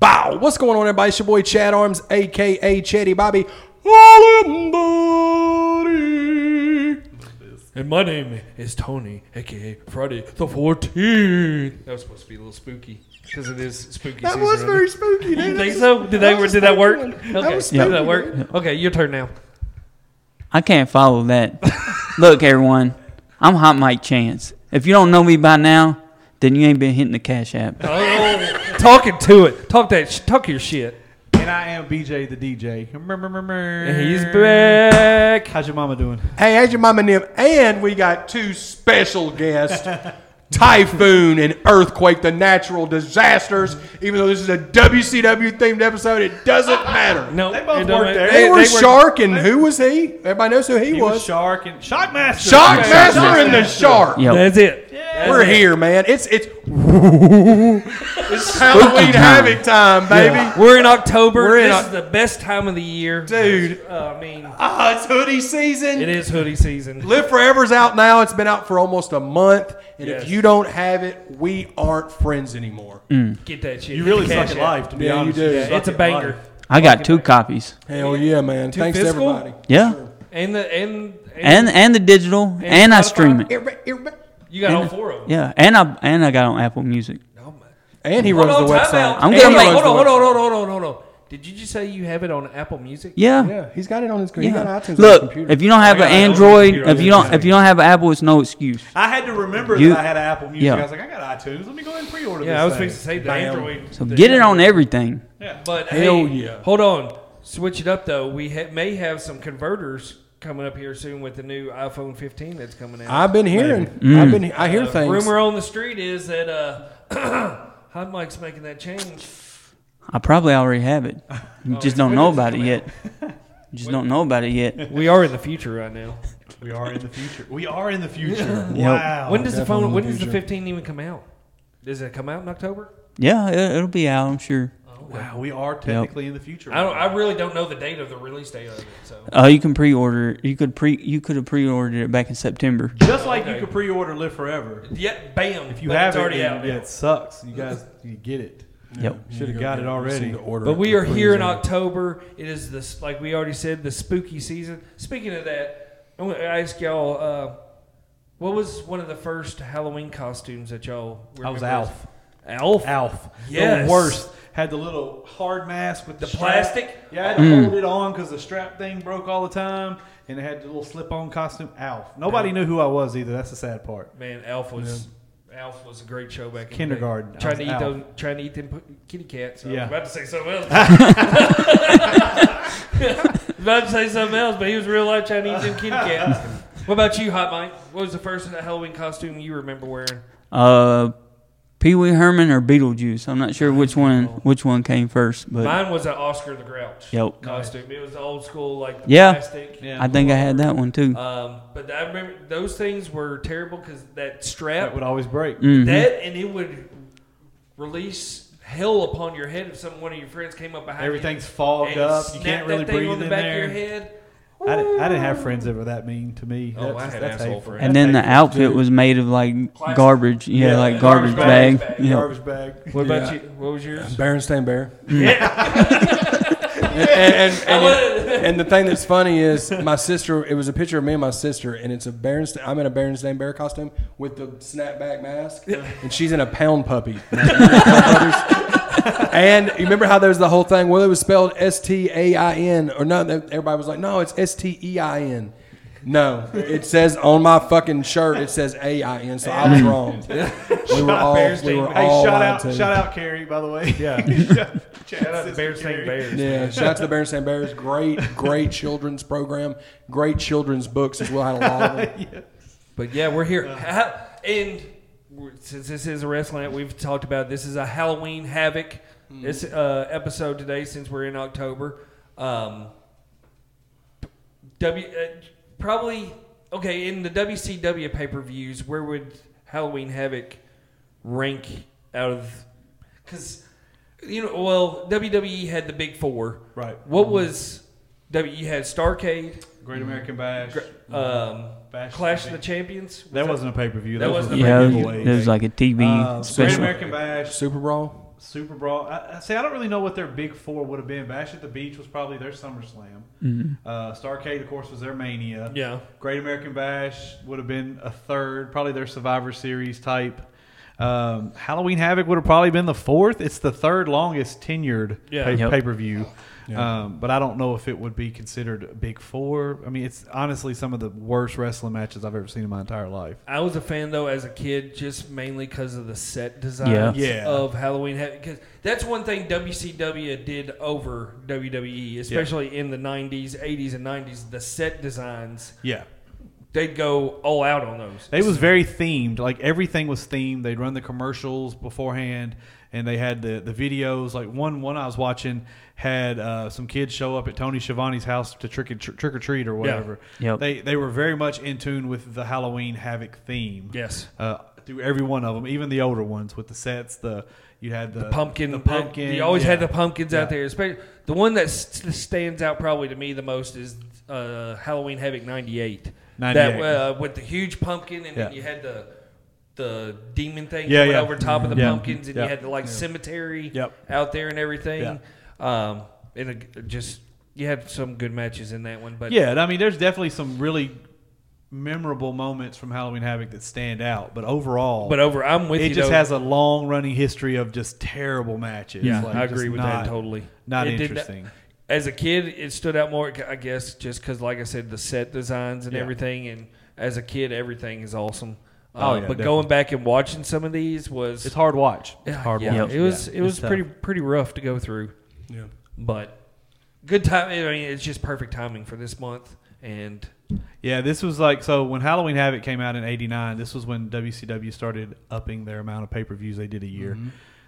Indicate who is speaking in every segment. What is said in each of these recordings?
Speaker 1: What's going on, everybody? It's your boy Chad Arms, aka Chatty Bobby. All in body. And my name is Tony, aka Friday the 14th. That was supposed to be a little spooky because it is spooky.
Speaker 2: That
Speaker 1: season
Speaker 2: was
Speaker 1: around here.
Speaker 2: very spooky.
Speaker 1: You
Speaker 2: dude.
Speaker 1: think so? Did
Speaker 2: That
Speaker 1: they?
Speaker 2: was
Speaker 1: Did that work?
Speaker 2: spooky.
Speaker 1: Okay.
Speaker 2: That was
Speaker 1: Did that
Speaker 2: spooky,
Speaker 1: work?
Speaker 2: dude.
Speaker 1: Okay, your turn now.
Speaker 3: I can't follow that. Look, everyone, I'm Hot Mike Chance. If you don't know me by now, then you ain't been hitting the Cash App.
Speaker 1: Talking to it. Talk that. Sh- talk your shit.
Speaker 2: And I am BJ the DJ. Mrmrmrmr.
Speaker 1: He's back.
Speaker 2: How's your mama doing?
Speaker 1: Hey, how's your mama Nim? And we got two special guests. Typhoon and earthquake, the natural disasters. Even though this is a WCW themed episode, it doesn't matter.
Speaker 4: No,
Speaker 2: They both
Speaker 4: it don't
Speaker 2: worked
Speaker 4: matter.
Speaker 2: there.
Speaker 1: They,
Speaker 2: They-
Speaker 1: were Shark, and who was he? Everybody knows who he,
Speaker 2: He
Speaker 1: was.
Speaker 2: was, Shark and Shark Master.
Speaker 1: Shark
Speaker 2: Yeah.
Speaker 1: Master
Speaker 2: Shark
Speaker 1: and the
Speaker 2: Master.
Speaker 1: Shark.
Speaker 3: Yo,
Speaker 4: That's it.
Speaker 1: We're here, man. It's it's it's
Speaker 3: Spooky
Speaker 1: Halloween
Speaker 3: time.
Speaker 1: havoc time, baby.
Speaker 4: We're in October.
Speaker 1: We're in
Speaker 4: this
Speaker 1: Oc-
Speaker 4: is the best time of the year,
Speaker 1: Dude.
Speaker 4: Uh, I mean,
Speaker 1: Ah, it's hoodie season.
Speaker 4: it is hoodie season.
Speaker 1: Live Forever's out now. It's been out for almost a month, and if
Speaker 4: Yes.
Speaker 1: you don't have it, we aren't friends anymore.
Speaker 4: Get that shit.
Speaker 2: You really
Speaker 4: Get the
Speaker 2: suck
Speaker 4: cash
Speaker 2: at
Speaker 4: out.
Speaker 2: life, to be
Speaker 1: Yeah, you
Speaker 2: honest.
Speaker 1: do. Yeah,
Speaker 2: suck
Speaker 4: It's a
Speaker 2: at
Speaker 4: banger,
Speaker 2: life.
Speaker 3: I got two copies.
Speaker 1: Hell yeah, man!
Speaker 4: Too
Speaker 1: Thanks
Speaker 4: physical?
Speaker 1: to everybody.
Speaker 3: Yeah,
Speaker 4: and the and
Speaker 3: and and the digital, and, I
Speaker 4: Spotify.
Speaker 3: stream it.
Speaker 1: Everybody- everybody-
Speaker 4: you got
Speaker 3: and-
Speaker 4: all four of them.
Speaker 3: Yeah, and I and I got on Apple Music.
Speaker 1: And he
Speaker 4: Hold
Speaker 1: runs
Speaker 4: on,
Speaker 1: the
Speaker 4: time
Speaker 1: website.
Speaker 4: out.
Speaker 3: I'm
Speaker 4: Hey,
Speaker 3: gonna make-
Speaker 4: hold on, hold on, hold on, hold on, hold on. Did you just say you have it on Apple Music?
Speaker 3: Yeah,
Speaker 1: Yeah, he's got it on his computer. He got
Speaker 3: yeah.
Speaker 1: iTunes on his
Speaker 3: Look,
Speaker 1: computer.
Speaker 3: if you don't have
Speaker 4: I got it on
Speaker 3: an
Speaker 4: the
Speaker 3: Android,
Speaker 4: computer.
Speaker 3: if you don't if you don't have an Apple, it's no excuse.
Speaker 2: I had to remember
Speaker 3: You-
Speaker 2: that I had an Apple Music.
Speaker 3: Yeah.
Speaker 2: I was like, I got iTunes. Let me go ahead and pre-order
Speaker 4: Yeah, I was
Speaker 2: this
Speaker 4: fixing to say the Android.
Speaker 3: So get it on everything.
Speaker 2: Yeah.
Speaker 4: But
Speaker 1: Hell
Speaker 4: hey,
Speaker 1: yeah.
Speaker 4: hold on. Switch it up though. We ha- may have some converters coming up here soon with the new iPhone 15 that's coming out.
Speaker 1: I've been hearing. I've been. I hear things.
Speaker 4: Uh, Rumor on the street is that uh, Hot Mike's making that change.
Speaker 3: I probably already have it. You just don't know about it yet. You just don't know about it yet.
Speaker 4: We are in the future right now.
Speaker 2: We are in the future. We are in the future.
Speaker 3: Yep.
Speaker 2: Wow.
Speaker 4: When does the
Speaker 1: Definitely
Speaker 4: phone? When
Speaker 1: in the
Speaker 4: does the
Speaker 1: future.
Speaker 4: 15 even come out? Does it come out in October?
Speaker 3: Yeah, it, it'll be out. I'm sure.
Speaker 2: wow, we are technically in the future.
Speaker 4: I don't. I really don't know the date of the release date of it. So
Speaker 3: Oh, you can pre-order. it. You could pre. You could have pre-ordered it back in September.
Speaker 2: Just like
Speaker 4: Okay.
Speaker 2: you could pre-order Live Forever.
Speaker 4: yeah, bam.
Speaker 2: If you
Speaker 4: but
Speaker 2: have
Speaker 4: it's
Speaker 2: it,
Speaker 4: already
Speaker 2: then
Speaker 4: out.
Speaker 2: yeah,
Speaker 4: now.
Speaker 2: it sucks. You guys, you get it.
Speaker 3: Yep.
Speaker 2: Should have got it already.
Speaker 4: But we are here in October. It is this, like we already said, the spooky season. Speaking of that, I want to ask y'all, uh, what was one of the first Halloween costumes that y'all?
Speaker 2: I was
Speaker 4: remember?
Speaker 2: Alf.
Speaker 4: Alf.
Speaker 2: Alf.
Speaker 4: Yes.
Speaker 2: The worst. Had the little hard mask with the,
Speaker 4: The
Speaker 2: strap.
Speaker 4: plastic?
Speaker 2: Yeah, I had to
Speaker 3: Hmm.
Speaker 2: hold it on because the strap thing broke all the time, and it had the little slip-on costume. Alf. Nobody knew who I was either. That's the sad part.
Speaker 4: Man, Alf was Alf was a great show back in
Speaker 2: Kindergarten,
Speaker 4: The
Speaker 2: I
Speaker 4: day. Trying to
Speaker 2: was
Speaker 4: eat
Speaker 2: Alf.
Speaker 4: those, trying to eat them pu- kitty cats. I was
Speaker 2: Yeah.
Speaker 4: about to say something else. I was about to say something else, but he was real life trying to eat them kitty cats. What about you, Hot Mike? What was the first Halloween costume you remember wearing?
Speaker 3: Uh, Pee Wee Herman or Beetlejuice. I'm not sure which one. Which one came first, but
Speaker 4: Mine was an Oscar the Grouch
Speaker 3: Yep.
Speaker 4: costume. It was old school, like the
Speaker 3: Yeah.
Speaker 4: plastic.
Speaker 2: Yeah.
Speaker 3: I think I had that one too.
Speaker 4: Um, but I remember those things were terrible because that strap
Speaker 2: That would always
Speaker 3: Mm.
Speaker 2: break.
Speaker 3: Mm-hmm.
Speaker 4: That and it would release hell upon your head if some one of your friends came up behind
Speaker 2: Everything's
Speaker 4: you.
Speaker 2: fogged
Speaker 4: and
Speaker 2: up. You
Speaker 4: snapped
Speaker 2: can't really
Speaker 4: that thing
Speaker 2: breathe
Speaker 4: on the
Speaker 2: in
Speaker 4: back
Speaker 2: there.
Speaker 4: Of your head.
Speaker 2: I, didn't, I didn't have friends that were that mean to me.
Speaker 4: Oh, I had asshole friends.
Speaker 3: And then the
Speaker 2: hateful,
Speaker 3: outfit
Speaker 2: dude.
Speaker 3: was made of like
Speaker 4: Plastic.
Speaker 3: garbage. Yeah,
Speaker 2: Yeah,
Speaker 3: like
Speaker 4: garbage bag.
Speaker 3: garbage, bag.
Speaker 4: Garbage bag.
Speaker 3: Yeah.
Speaker 2: Garbage bag.
Speaker 4: What about
Speaker 1: Yeah.
Speaker 4: you? What was yours?
Speaker 1: Berenstain Bear. and, and, and,
Speaker 4: I
Speaker 1: and- and the thing that's funny is my sister. It was a picture of me and my sister, and it's a Berenstain. I'm in a Berenstain Bear costume with the snapback mask, and she's in a pound puppy. and you remember how there was the whole thing? Well, it was spelled S T A I N, or no? Everybody was like, no, it's S T E I N. No, it says on my fucking shirt. It says A I N, so I was
Speaker 2: Mm.
Speaker 1: wrong. We were all, we were
Speaker 2: Hey,
Speaker 1: all
Speaker 2: shout
Speaker 1: lied
Speaker 2: out,
Speaker 1: to.
Speaker 2: shout out, Carrie. By the way, yeah.
Speaker 4: Shout out to Bears Sing Bears.
Speaker 1: Yeah, shout out to the Berenstain Bears. Great, great children's program. Great children's books as well. Had a lot of them.
Speaker 4: But yeah, we're here. Ha- And we're- since this is a wrestling, that we've talked about this is a Halloween havoc. This uh, episode today, since we're in October, um, W uh, probably okay in the WCW pay per views. Where would Halloween Havoc rank out of? Because you know, well, WWE had the big four.
Speaker 2: Right.
Speaker 4: What was W? You had Starcade,
Speaker 2: Great American Bash.
Speaker 4: um,
Speaker 2: Bash
Speaker 4: Clash
Speaker 2: of
Speaker 4: of the Champions.
Speaker 2: That
Speaker 4: Was
Speaker 2: wasn't a pay per view.
Speaker 4: That
Speaker 2: That, was
Speaker 4: wasn't a
Speaker 2: wasn't a
Speaker 3: Yeah, it
Speaker 2: pay per view.
Speaker 4: Uh,
Speaker 3: was, it was like a TV
Speaker 2: Uh, Great
Speaker 3: special.
Speaker 2: American Bash.
Speaker 1: Super Brawl.
Speaker 2: super broad. I, I- see, I don't really know what their big four would have been. Bash at the Beach was probably their SummerSlam.
Speaker 3: Mm-hmm.
Speaker 2: Uh, Starcade, of course, was their Mania.
Speaker 4: Yeah.
Speaker 2: Great American Bash would have been a third, probably their Survivor Series type. Um, Halloween Havoc would have probably been the fourth. It's the third longest tenured
Speaker 4: Yeah.
Speaker 2: pay,
Speaker 3: Yep.
Speaker 2: per view. Um, but I don't know if it would be considered a big four. I mean, it's honestly some of the worst wrestling matches I've ever seen in my entire life.
Speaker 4: I was a fan though as a kid, just mainly because of the set designs
Speaker 3: Yeah.
Speaker 2: Yeah.
Speaker 4: of Halloween. Because that's one thing WCW did over WWE, especially in the '90s, '80s, and '90s. The set designs,
Speaker 2: Yeah.
Speaker 4: they'd go all out on those.
Speaker 2: They was very themed. Like everything was themed. They'd run the commercials beforehand, and they had the, the videos. Like one one I was watching had uh, some kids show up at Tony Schiavone's house to trick and tr- trick or treat or whatever.
Speaker 3: Yep.
Speaker 2: They they were very much in tune with the Halloween Havoc theme.
Speaker 4: Yes.
Speaker 2: Uh, through every one of them, even the older ones with the sets. The you had the,
Speaker 4: pumpkin,
Speaker 2: the pumpkin.
Speaker 4: You always
Speaker 2: yeah.
Speaker 4: had the pumpkins out
Speaker 2: Yeah.
Speaker 4: there. Especially the one that st- stands out probably to me the most is uh, Halloween Havoc '98.
Speaker 2: 98.
Speaker 4: That uh, with the huge pumpkin, and then
Speaker 2: Yeah.
Speaker 4: you had the the demon thing
Speaker 2: Yeah,
Speaker 4: that went
Speaker 2: yeah.
Speaker 4: over top of the
Speaker 2: Yeah.
Speaker 4: pumpkins, and
Speaker 2: Yeah.
Speaker 4: you had the like cemetery
Speaker 2: Yep.
Speaker 4: out there and everything. Um, and a, just you had some good matches in that one, but
Speaker 2: Yeah, and I mean, there's definitely some really memorable moments from Halloween Havoc that stand out. But overall,
Speaker 4: But over, I'm with
Speaker 2: it
Speaker 4: you.
Speaker 2: just
Speaker 4: though.
Speaker 2: has a long running history of just terrible matches.
Speaker 4: Yeah,
Speaker 2: Like,
Speaker 4: I
Speaker 2: just
Speaker 4: agree with
Speaker 2: not-
Speaker 4: that totally.
Speaker 2: Not
Speaker 4: It did
Speaker 2: interesting.
Speaker 4: as a kid, it stood out more, I guess, just because, like I said, the set designs and
Speaker 2: Yeah.
Speaker 4: everything. And as a kid, everything is awesome.
Speaker 2: Oh,
Speaker 4: Uh,
Speaker 2: yeah,
Speaker 4: but
Speaker 2: definitely.
Speaker 4: going back and watching some of these was
Speaker 2: It's hard watch.
Speaker 4: yeah,
Speaker 2: It's hard
Speaker 4: yeah,
Speaker 2: watch.
Speaker 4: It was
Speaker 2: Yeah.
Speaker 4: it was
Speaker 2: It's tough.
Speaker 4: pretty pretty rough to go through,
Speaker 1: Yeah.
Speaker 4: but good time. I mean, it's just perfect timing for this month. And
Speaker 2: Yeah, this was like so when Halloween Havoc came out in '89. This was when WCW started upping their amount of pay per views they did a year,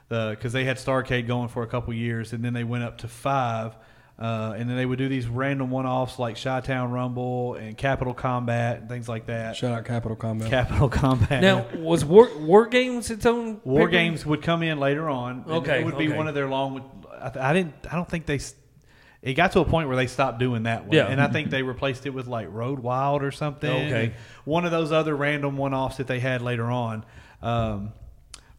Speaker 2: because they had Starcade going for a couple years, and then they went up to five, uh, and then they would do these random one offs like Chi Town Rumble and Capital Combat and things like that.
Speaker 1: Shout out Capital Combat.
Speaker 2: Capital Combat.
Speaker 4: now was war war games its own
Speaker 2: War
Speaker 4: pay-per-view?
Speaker 2: games would come in later on. and
Speaker 4: Okay,
Speaker 2: it would be
Speaker 4: okay.
Speaker 2: one of their long. I, th- I didn't. I don't think they. s- It got to a point where they stopped doing that one,
Speaker 4: Yeah.
Speaker 2: and I think they replaced it with like Road Wild or something.
Speaker 4: Okay.
Speaker 2: and one of those other random one-offs that they had later on. Um,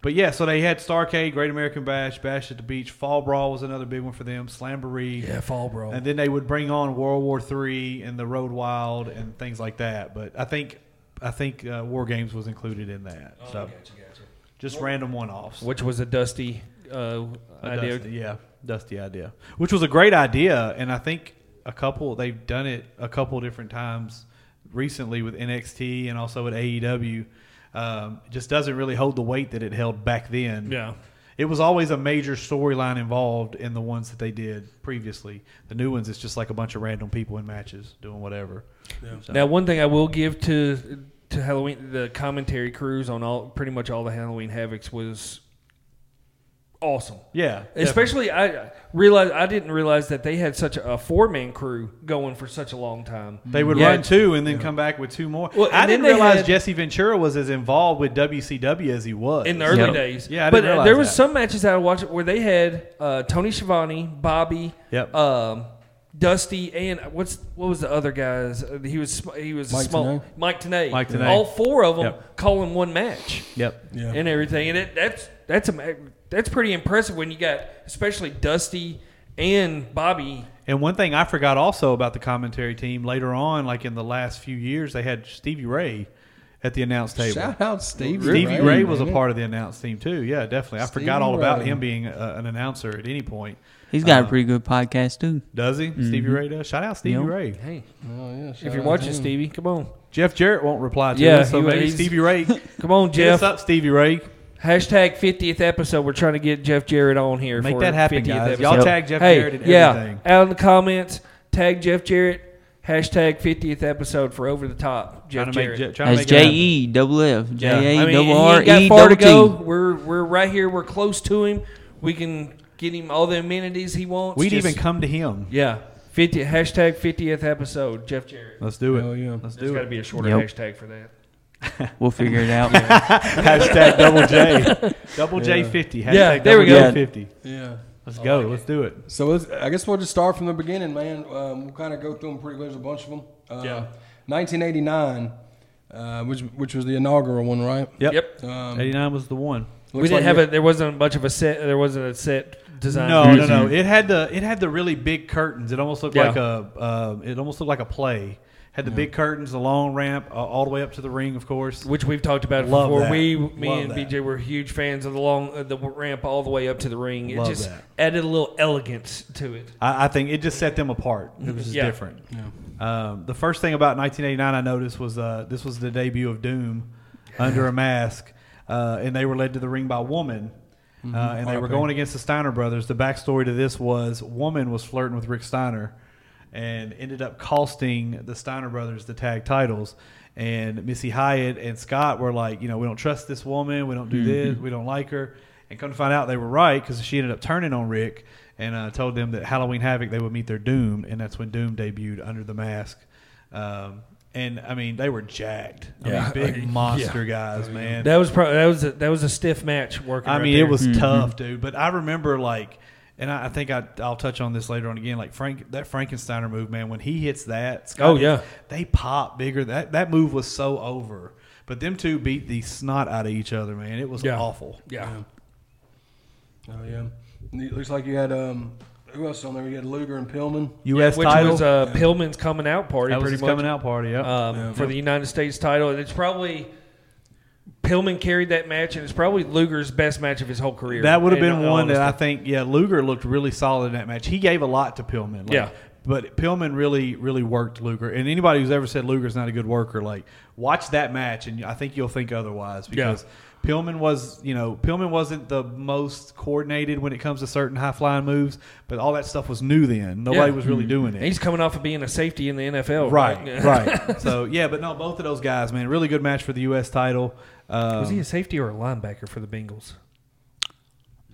Speaker 2: but yeah, so they had Starcade, Great American Bash, Bash at the Beach, Fall Brawl was another big one for them, Slamboree,
Speaker 4: Yeah, Fall Brawl.
Speaker 2: and then they would bring on World War Three and the Road Wild and things like that. But I think I think uh, War Games was included in that. so just random one-offs.
Speaker 4: which was a dusty uh,
Speaker 2: A
Speaker 4: idea.
Speaker 2: Dusty, yeah, dusty idea, which was a great idea, and I think a couple they've done it a couple different times recently with NXT and also at AEW. Um, it just doesn't really hold the weight that it held back then.
Speaker 4: Yeah.
Speaker 2: It was always a major storyline involved in the ones that they did previously. The new ones, it's just like a bunch of random people in matches doing whatever. So-
Speaker 4: Now, one thing I will give to to Halloween the commentary crews on all pretty much all the Halloween Havocs was awesome.
Speaker 2: yeah,
Speaker 4: Especially, I realized I didn't realize that they had such a four man crew going for such a long time.
Speaker 2: They would
Speaker 4: Yeah.
Speaker 2: run two and then come back with two more.
Speaker 4: Well,
Speaker 2: I
Speaker 4: and
Speaker 2: didn't
Speaker 4: then they
Speaker 2: realize
Speaker 4: had-
Speaker 2: Jesse Ventura was as involved with WCW as he was
Speaker 4: in the early
Speaker 3: Yep.
Speaker 4: days.
Speaker 2: Yeah, I
Speaker 4: but uh,
Speaker 2: didn't realize
Speaker 4: there was
Speaker 2: that.
Speaker 4: some matches that I watched where they had uh, Tony Schiavone, Bobby,
Speaker 2: Yep.
Speaker 4: um, Dusty, and what's what was the other guys? Uh, He was sm- he was a
Speaker 1: Mike
Speaker 4: small
Speaker 1: Tenay.
Speaker 4: Mike Tenay.
Speaker 2: Mike Tenay.
Speaker 4: All four of them
Speaker 2: Yep.
Speaker 4: calling one match.
Speaker 2: Yep.
Speaker 1: Yeah.
Speaker 4: and everything. And it, that's that's a, that's pretty impressive when you got especially Dusty and Bobby.
Speaker 2: And one thing I forgot also about the commentary team later on, like in the last few years, they had Stevie Ray at the announce table.
Speaker 1: Shout out Stevie.
Speaker 2: Stevie Ray, was a
Speaker 1: man.
Speaker 2: part of the announce team too. Yeah, definitely. I forgot
Speaker 1: Stevie
Speaker 2: all about
Speaker 1: Ray.
Speaker 2: him being uh, an announcer at any point.
Speaker 3: He's got a pretty good podcast too.
Speaker 2: Does he?
Speaker 4: Mm-hmm.
Speaker 2: Stevie Ray does. Shout out Stevie
Speaker 3: Yep.
Speaker 2: Ray.
Speaker 4: Hey,
Speaker 1: Oh, yeah, shout
Speaker 4: if you're
Speaker 1: out
Speaker 4: watching,
Speaker 1: him.
Speaker 4: Stevie, come on,
Speaker 2: Jeff Jarrett won't reply to
Speaker 4: Yeah,
Speaker 2: us, so
Speaker 4: he-
Speaker 2: maybe
Speaker 4: he's-
Speaker 2: Stevie Ray.
Speaker 4: come on,
Speaker 2: Jeff,
Speaker 4: Jeff.
Speaker 2: up, Stevie Ray.
Speaker 4: Hashtag fiftieth episode. We're trying to get Jeff Jarrett on here.
Speaker 2: Make
Speaker 4: for
Speaker 2: that happen,
Speaker 4: 50th
Speaker 2: guys.
Speaker 4: episode.
Speaker 2: Y'all
Speaker 3: Yep.
Speaker 2: tag Jeff
Speaker 4: hey,
Speaker 2: Jarrett and
Speaker 4: yeah,
Speaker 2: everything.
Speaker 4: out in the comments, tag Jeff Jarrett. Hashtag fiftieth episode for over the top.
Speaker 2: Trying
Speaker 4: Jeff
Speaker 2: to make,
Speaker 4: Jarrett.
Speaker 2: Je- trying to
Speaker 3: That's
Speaker 2: make it
Speaker 3: J
Speaker 2: happen.
Speaker 3: E double F
Speaker 2: Yeah. I
Speaker 3: J
Speaker 4: I
Speaker 3: A
Speaker 4: mean,
Speaker 3: double
Speaker 4: he
Speaker 3: R
Speaker 4: ain't got
Speaker 3: E
Speaker 4: far to
Speaker 3: double
Speaker 4: go.
Speaker 3: T.
Speaker 4: We're we're right here. We're close to him. We can get him all the amenities he wants.
Speaker 2: We'd
Speaker 4: Just-
Speaker 2: even come to him.
Speaker 4: Yeah. 50, hashtag 50th episode, Jeff Jarrett.
Speaker 2: Let's do it.
Speaker 1: Hell yeah.
Speaker 2: Let's
Speaker 4: There's
Speaker 2: do
Speaker 4: got to
Speaker 2: it.
Speaker 4: be a shorter
Speaker 3: Yep.
Speaker 4: hashtag for that.
Speaker 3: We'll figure it out.
Speaker 2: Hashtag double J. Double J
Speaker 1: Yeah.
Speaker 2: fifty. Hashtag
Speaker 4: Yeah, there we
Speaker 2: double
Speaker 3: go.
Speaker 2: J fifty.
Speaker 1: Yeah.
Speaker 2: Let's go. Let's do it.
Speaker 1: So let's, I guess we'll just start from the beginning, man. Um, we'll kind of go through them pretty. There's a bunch of them. Uh,
Speaker 4: Yeah.
Speaker 1: 1989, uh, which which was the inaugural one, right?
Speaker 2: Yep.
Speaker 4: Yep.
Speaker 1: Um,
Speaker 2: 89 was the one.
Speaker 4: we didn't have a. There wasn't much of a set. There wasn't a set design.
Speaker 2: No,
Speaker 4: for
Speaker 2: no,
Speaker 4: it.
Speaker 2: no. It had the it had the really big curtains. It almost looked
Speaker 4: Yeah.
Speaker 2: like a uh, it almost looked like a play. Had the big curtains, the long ramp, uh, all the way up to the ring, of course.
Speaker 4: Which we've talked about
Speaker 2: Love
Speaker 4: before.
Speaker 2: that.
Speaker 4: We, me
Speaker 2: Love
Speaker 4: and
Speaker 2: that.
Speaker 4: BJ were huge fans of the long, uh, the ramp all the way up to the ring. It
Speaker 2: Love
Speaker 4: just
Speaker 2: that.
Speaker 4: added a little elegance to it.
Speaker 2: I, I think it just set them apart. It was just
Speaker 4: Yeah.
Speaker 2: different. Um, the first thing about 1989 I noticed was uh, this was the debut of Doom under a mask, uh, and they were led to the ring by Woman,
Speaker 4: Mm-hmm.
Speaker 2: uh, and
Speaker 4: Oh,
Speaker 2: they were
Speaker 1: R.I.P.
Speaker 2: going against the Steiner brothers. The backstory to this was Woman was flirting with Rick Steiner, and ended up costing the Steiner brothers the tag titles. And Missy Hyatt and Scott were like, you know, we don't trust this woman. We don't do
Speaker 1: Mm-hmm.
Speaker 2: this. We don't like her. And come to find out, they were right because she ended up turning on Rick and uh, told them that Halloween Havoc they would meet their doom, and that's when Doom debuted under the mask. Um, and I mean, they were jacked. I
Speaker 1: Yeah.
Speaker 2: mean, big monster guys, man.
Speaker 4: That was probably that was a, that was a stiff match working.
Speaker 2: I
Speaker 4: right
Speaker 2: mean,
Speaker 4: there. Mm-hmm.
Speaker 2: it was tough, dude. But I remember like, and I, I think I, I'll touch on this later on again. Like Frank, that Frankensteiner move, man. When he hits that, Scott,
Speaker 4: Oh, yeah.
Speaker 2: they pop bigger. That that move was so over. But them two beat the snot out of each other, man. It was
Speaker 4: Yeah.
Speaker 2: awful.
Speaker 4: yeah.
Speaker 1: Oh yeah. It looks like you had um. Who else on there? You had Luger and Pillman.
Speaker 2: U.S.
Speaker 4: Which
Speaker 2: title. Uh,
Speaker 4: was uh, Pillman's coming out party.
Speaker 2: that was
Speaker 4: pretty
Speaker 2: his
Speaker 4: much.
Speaker 2: coming out party. Yeah.
Speaker 4: um,
Speaker 1: Yeah.
Speaker 4: for the United States title. And it's probably Pillman carried that match, and it's probably Luger's best match of his whole career. uh,
Speaker 2: That would have
Speaker 4: In
Speaker 2: been
Speaker 4: all
Speaker 2: one that I
Speaker 4: honesty.
Speaker 2: think, yeah, Luger looked really solid in that match. He gave a lot to Pillman. like-
Speaker 4: Yeah.
Speaker 2: But Pillman really, really worked Luger. And anybody who's ever said Luger's not a good worker, like, watch that match, and I think you'll think otherwise because Pillman was, you know, Pillman wasn't the most coordinated when it comes to certain high flying moves, but all that stuff was new then. Nobody
Speaker 4: Yeah.
Speaker 2: was really doing it.
Speaker 4: And he's coming off of being a safety in the NFL.
Speaker 2: right, right. So, yeah, but no, both of those guys, man, really good match for the U.S. title. Uh,
Speaker 4: was he a safety or a linebacker for the Bengals?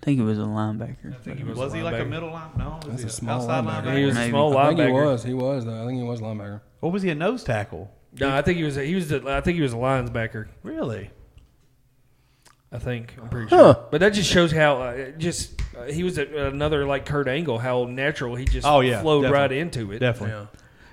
Speaker 3: I think it was a linebacker.
Speaker 4: I think he
Speaker 2: Um, was,
Speaker 4: was,
Speaker 2: he
Speaker 4: linebacker.
Speaker 2: like a middle line? No, was
Speaker 1: That's
Speaker 2: he
Speaker 1: a small
Speaker 2: outside
Speaker 1: linebacker.
Speaker 4: He was a
Speaker 3: Maybe.
Speaker 4: small
Speaker 1: I think he
Speaker 4: linebacker.
Speaker 1: was. He was though. I think he was linebacker.
Speaker 2: Or was he a nose tackle?
Speaker 4: No, I think he was. A, he was. A, I think he was a linebacker.
Speaker 2: Really?
Speaker 4: I think I'm pretty sure. But that just shows how uh, it just uh, he was a, another like Kurt Angle, how natural he just
Speaker 2: Oh, yeah,
Speaker 4: flowed
Speaker 2: definitely.
Speaker 4: right into it.
Speaker 2: Definitely.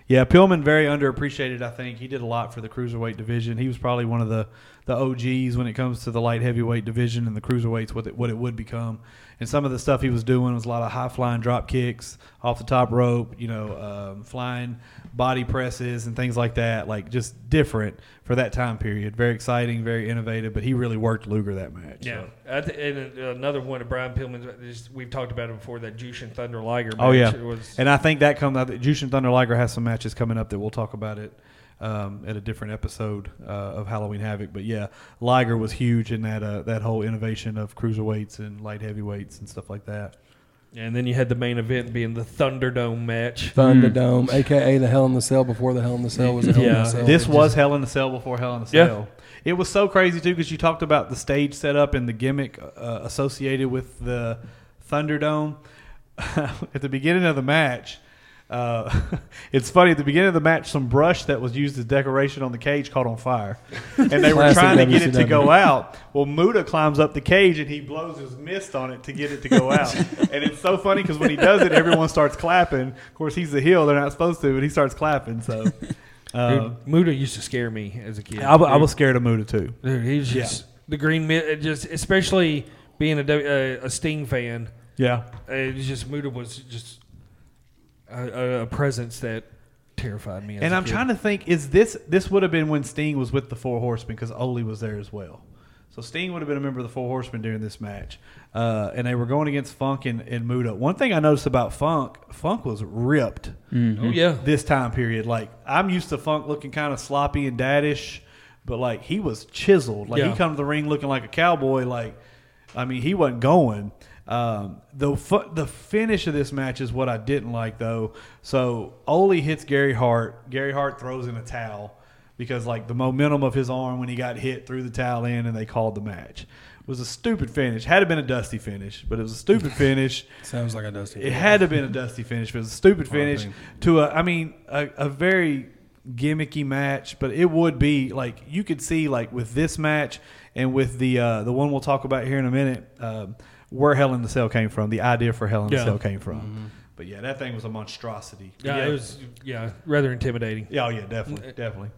Speaker 2: Yeah. yeah, Pillman very underappreciated. I think he did a lot for the cruiserweight division. He was probably one of the the OGs when it comes to the light heavyweight division and the cruiserweights what it, what it would become. And some of the stuff he was doing was a lot of high flying drop kicks off the top rope, you know, um, flying body presses and things like that. Like just different for that time period. Very exciting, very innovative. But he really worked Luger that match.
Speaker 4: Yeah,
Speaker 2: so.
Speaker 4: I th- and uh, another one of Brian Pillman's. uh, is- We've talked about it before. That Jushin Thunder Liger.
Speaker 2: Oh
Speaker 4: match,
Speaker 2: yeah,
Speaker 4: it was
Speaker 2: and I think that comes out. Jushin Thunder Liger has some matches coming up that we'll talk about it um, at a different episode uh, of Halloween Havoc. But yeah, Liger was huge in that uh, that whole innovation of cruiserweights and light heavyweights and stuff like that.
Speaker 4: and then you had the main event being the Thunderdome match.
Speaker 2: Hmm.
Speaker 1: Thunderdome, aka the Hell in the Cell before the Hell in the Cell was a Hell in
Speaker 4: Yeah.
Speaker 1: the Cell.
Speaker 2: this
Speaker 1: It
Speaker 2: was Hell in a Cell before Hell in a
Speaker 4: Yeah.
Speaker 2: Cell. It was so crazy too because you talked about the stage setup and the gimmick uh, associated with the Thunderdome. at the beginning of the match, uh, it's funny. At the beginning of the match, some brush that was used as decoration on the cage caught on fire, and they were
Speaker 1: Classic
Speaker 2: trying to get it to
Speaker 1: WCW.
Speaker 2: go out. Well, Muda climbs up the cage and he blows his mist on it to get it to go out. and it's so funny because when he does it, everyone starts clapping. Of course, he's the heel; they're not supposed to, but he starts clapping. So.
Speaker 4: Dude,
Speaker 2: um,
Speaker 4: Muda used to scare me as a kid.
Speaker 2: I, wa- I was scared of Muda too.
Speaker 4: Dude, he was just the green mi- it just especially being a W- uh, a, a Sting fan. uh,
Speaker 2: Yeah.
Speaker 4: It was just Muda was just a, a, a presence that terrified me. As
Speaker 2: And
Speaker 4: a
Speaker 2: I'm
Speaker 4: kid.
Speaker 2: trying to think, is this this would have been when Sting was with the Four Horsemen because Ole was there as well. So Sting would have been a member of the Four Horsemen during this match, uh, and they were going against Funk and, and Muda. One thing I noticed about Funk, Funk was ripped
Speaker 3: mm-hmm.
Speaker 4: Oh yeah,
Speaker 2: this time period. Like I'm used to Funk looking kind of sloppy and daddish, but like he was chiseled. Like
Speaker 4: Yeah.
Speaker 2: he come to the ring looking like a cowboy. Like I mean, he wasn't going. Um, the fu- the finish of this match is what I didn't like though. So Ole hits Gary Hart. Gary Hart throws in a towel because like the momentum of his arm when he got hit threw the towel in and they called the match. It was a stupid finish. Had it been a dusty finish, but it was a stupid finish.
Speaker 1: sounds like a dusty.
Speaker 2: It had to have been a dusty finish, but it was a stupid finish to a, I mean, a, a very gimmicky match. But it would be like you could see like with this match and with the uh, the one we'll talk about here in a minute, um, where Hell in the Cell came from, the idea for Hell in
Speaker 4: Yeah.
Speaker 2: the Cell came from.
Speaker 1: Mm-hmm.
Speaker 2: But Mm-hmm. yeah, that thing was a monstrosity.
Speaker 4: yeah, it was yeah rather intimidating.
Speaker 2: Yeah, oh yeah, definitely, definitely.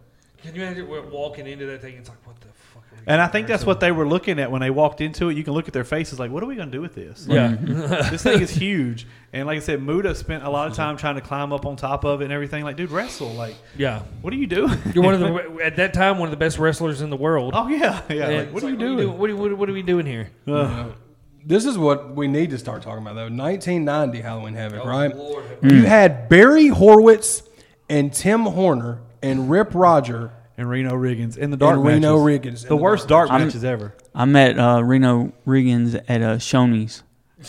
Speaker 4: Can you imagine we're walking into that thing? It's like, what the fuck? Are we
Speaker 2: And I
Speaker 4: doing
Speaker 2: think
Speaker 4: here?
Speaker 2: that's what they were looking at when they walked into it. You can look at their faces like, what are we going to do with this? Like,
Speaker 4: Yeah.
Speaker 2: this thing is huge. And like I said, Muda spent a lot of time trying to climb up on top of it and everything. Like, dude, wrestle. Like,
Speaker 4: yeah.
Speaker 2: what are you doing?
Speaker 4: You're one of the at that time one of the best wrestlers in the world.
Speaker 2: oh, yeah. Yeah.
Speaker 4: And
Speaker 2: Like, what
Speaker 4: it's
Speaker 2: are you
Speaker 4: like,
Speaker 2: doing?
Speaker 4: What are, you- what, are- what are we doing here?
Speaker 1: This is what we need to start talking about though. 1990 Halloween Havoc,
Speaker 2: Oh,
Speaker 1: right?
Speaker 4: Lord have
Speaker 2: Hmm.
Speaker 1: You had Barry Horowitz and Tim Horner and Rip Roger
Speaker 2: And Reno Riggins in the dark
Speaker 1: and Reno
Speaker 2: matches.
Speaker 1: Riggins. in
Speaker 2: The worst dark
Speaker 3: I'm-
Speaker 2: matches ever.
Speaker 3: I met uh, Reno Riggins at uh, Shoney's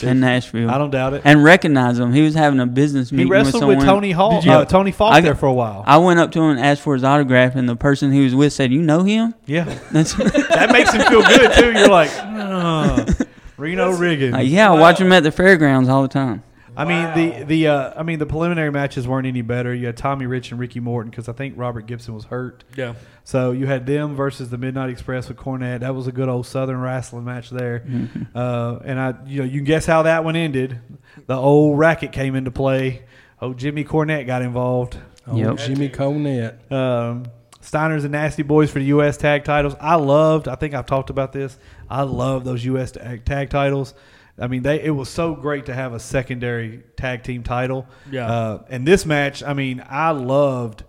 Speaker 3: in Nashville.
Speaker 2: I don't doubt it.
Speaker 3: and recognized him. He was having a business
Speaker 2: He
Speaker 3: meeting
Speaker 2: wrestled
Speaker 3: someone.
Speaker 2: with Tony Hall,
Speaker 3: Did you-
Speaker 2: uh, Tony Falk
Speaker 3: I-
Speaker 2: there for a while.
Speaker 3: I went up to him and asked for his autograph, and the person he was with said, "You know him?"
Speaker 2: yeah.
Speaker 3: That's like,
Speaker 2: that makes him feel good, too. You're like, "Ugh, Reno Riggins.
Speaker 3: yeah, I watch him at the fairgrounds all the time.
Speaker 2: I mean the the uh, I mean the preliminary matches weren't any better. You had Tommy Rich and Ricky Morton because I think Robert Gibson was hurt.
Speaker 4: Yeah.
Speaker 2: So you had them versus the Midnight Express with Cornette. That was a good old Southern wrestling match there. Uh, and I you know you can guess how that one ended. The old racket came into play. Oh, Jimmy Cornette got involved.
Speaker 1: Oh,
Speaker 3: Yep.
Speaker 1: Jimmy Cornette.
Speaker 2: Um, Steiner's and Nasty Boys for the U.S. tag titles. I loved. I think I've talked about this. I love those U.S. tag, tag titles. I mean, they it was so great to have a secondary tag team title.
Speaker 4: Yeah.
Speaker 2: Uh, and this match, I mean, I loved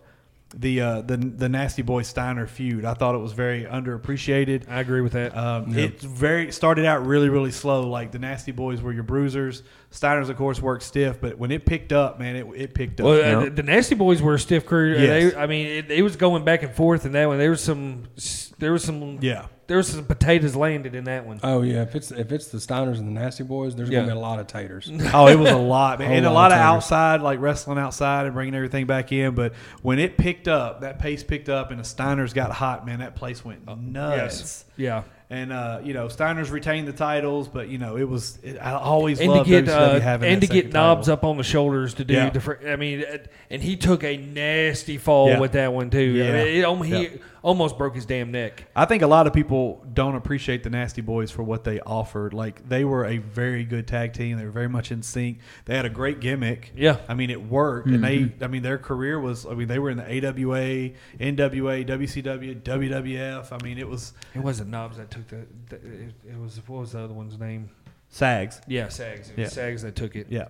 Speaker 2: the uh, the the Nasty Boy Steiner feud. I thought it was very underappreciated.
Speaker 4: I agree with that.
Speaker 2: Um, It's very it started out really really slow. Like the Nasty Boys were your bruisers. Steiner's of course worked stiff, but when it picked up, man, it, it picked up.
Speaker 4: well,
Speaker 3: yeah.
Speaker 4: uh, the, the Nasty Boys were a stiff crew. Uh,
Speaker 2: Yes.
Speaker 4: They, I mean, it, it was going back and forth in that one. There was some, s- there was some,
Speaker 2: yeah. Uh,
Speaker 4: there was some potatoes landed in that one.
Speaker 1: Oh yeah, if it's if it's the Steiners and the Nasty Boys, there's
Speaker 4: Yeah.
Speaker 1: gonna be a lot of taters.
Speaker 2: Oh, it was a lot, man.
Speaker 1: Whole
Speaker 2: and a
Speaker 1: lot
Speaker 2: lot
Speaker 1: of
Speaker 2: of
Speaker 1: taters.
Speaker 2: outside, like wrestling outside and bringing everything back in. But when it picked up, that pace picked up, and the Steiners got hot, man. That place went
Speaker 4: Uh,
Speaker 2: nuts.
Speaker 4: Yeah.
Speaker 2: And uh, you know, Steiners retained the titles, but you know, it was. It, I always
Speaker 4: and to
Speaker 2: loved
Speaker 4: get
Speaker 2: WCW
Speaker 4: uh,
Speaker 2: having
Speaker 4: and to
Speaker 2: that
Speaker 4: get
Speaker 2: second
Speaker 4: knobs
Speaker 2: title.
Speaker 4: up on the shoulders to do
Speaker 2: Yeah.
Speaker 4: the. Fr- I mean, uh, and he took a nasty fall
Speaker 2: Yeah.
Speaker 4: with that one too. I
Speaker 2: Yeah.
Speaker 4: mean, it, almo- he
Speaker 2: Yeah.
Speaker 4: almost broke his damn neck.
Speaker 2: I think a lot of people don't appreciate the Nasty Boys for what they offered. Like they were a very good tag team. They were very much in sync. They had a great gimmick.
Speaker 4: Yeah.
Speaker 2: I mean it worked, and they. I mean their career was. I mean they were in the AWA, NWA, WCW, WWF. I mean it was
Speaker 4: It wasn't knobs that took the. the it, it was what was the other one's name?
Speaker 2: Sags.
Speaker 4: Yeah, Sags. It was
Speaker 2: Yeah.
Speaker 4: Sags that took it.
Speaker 2: Yeah.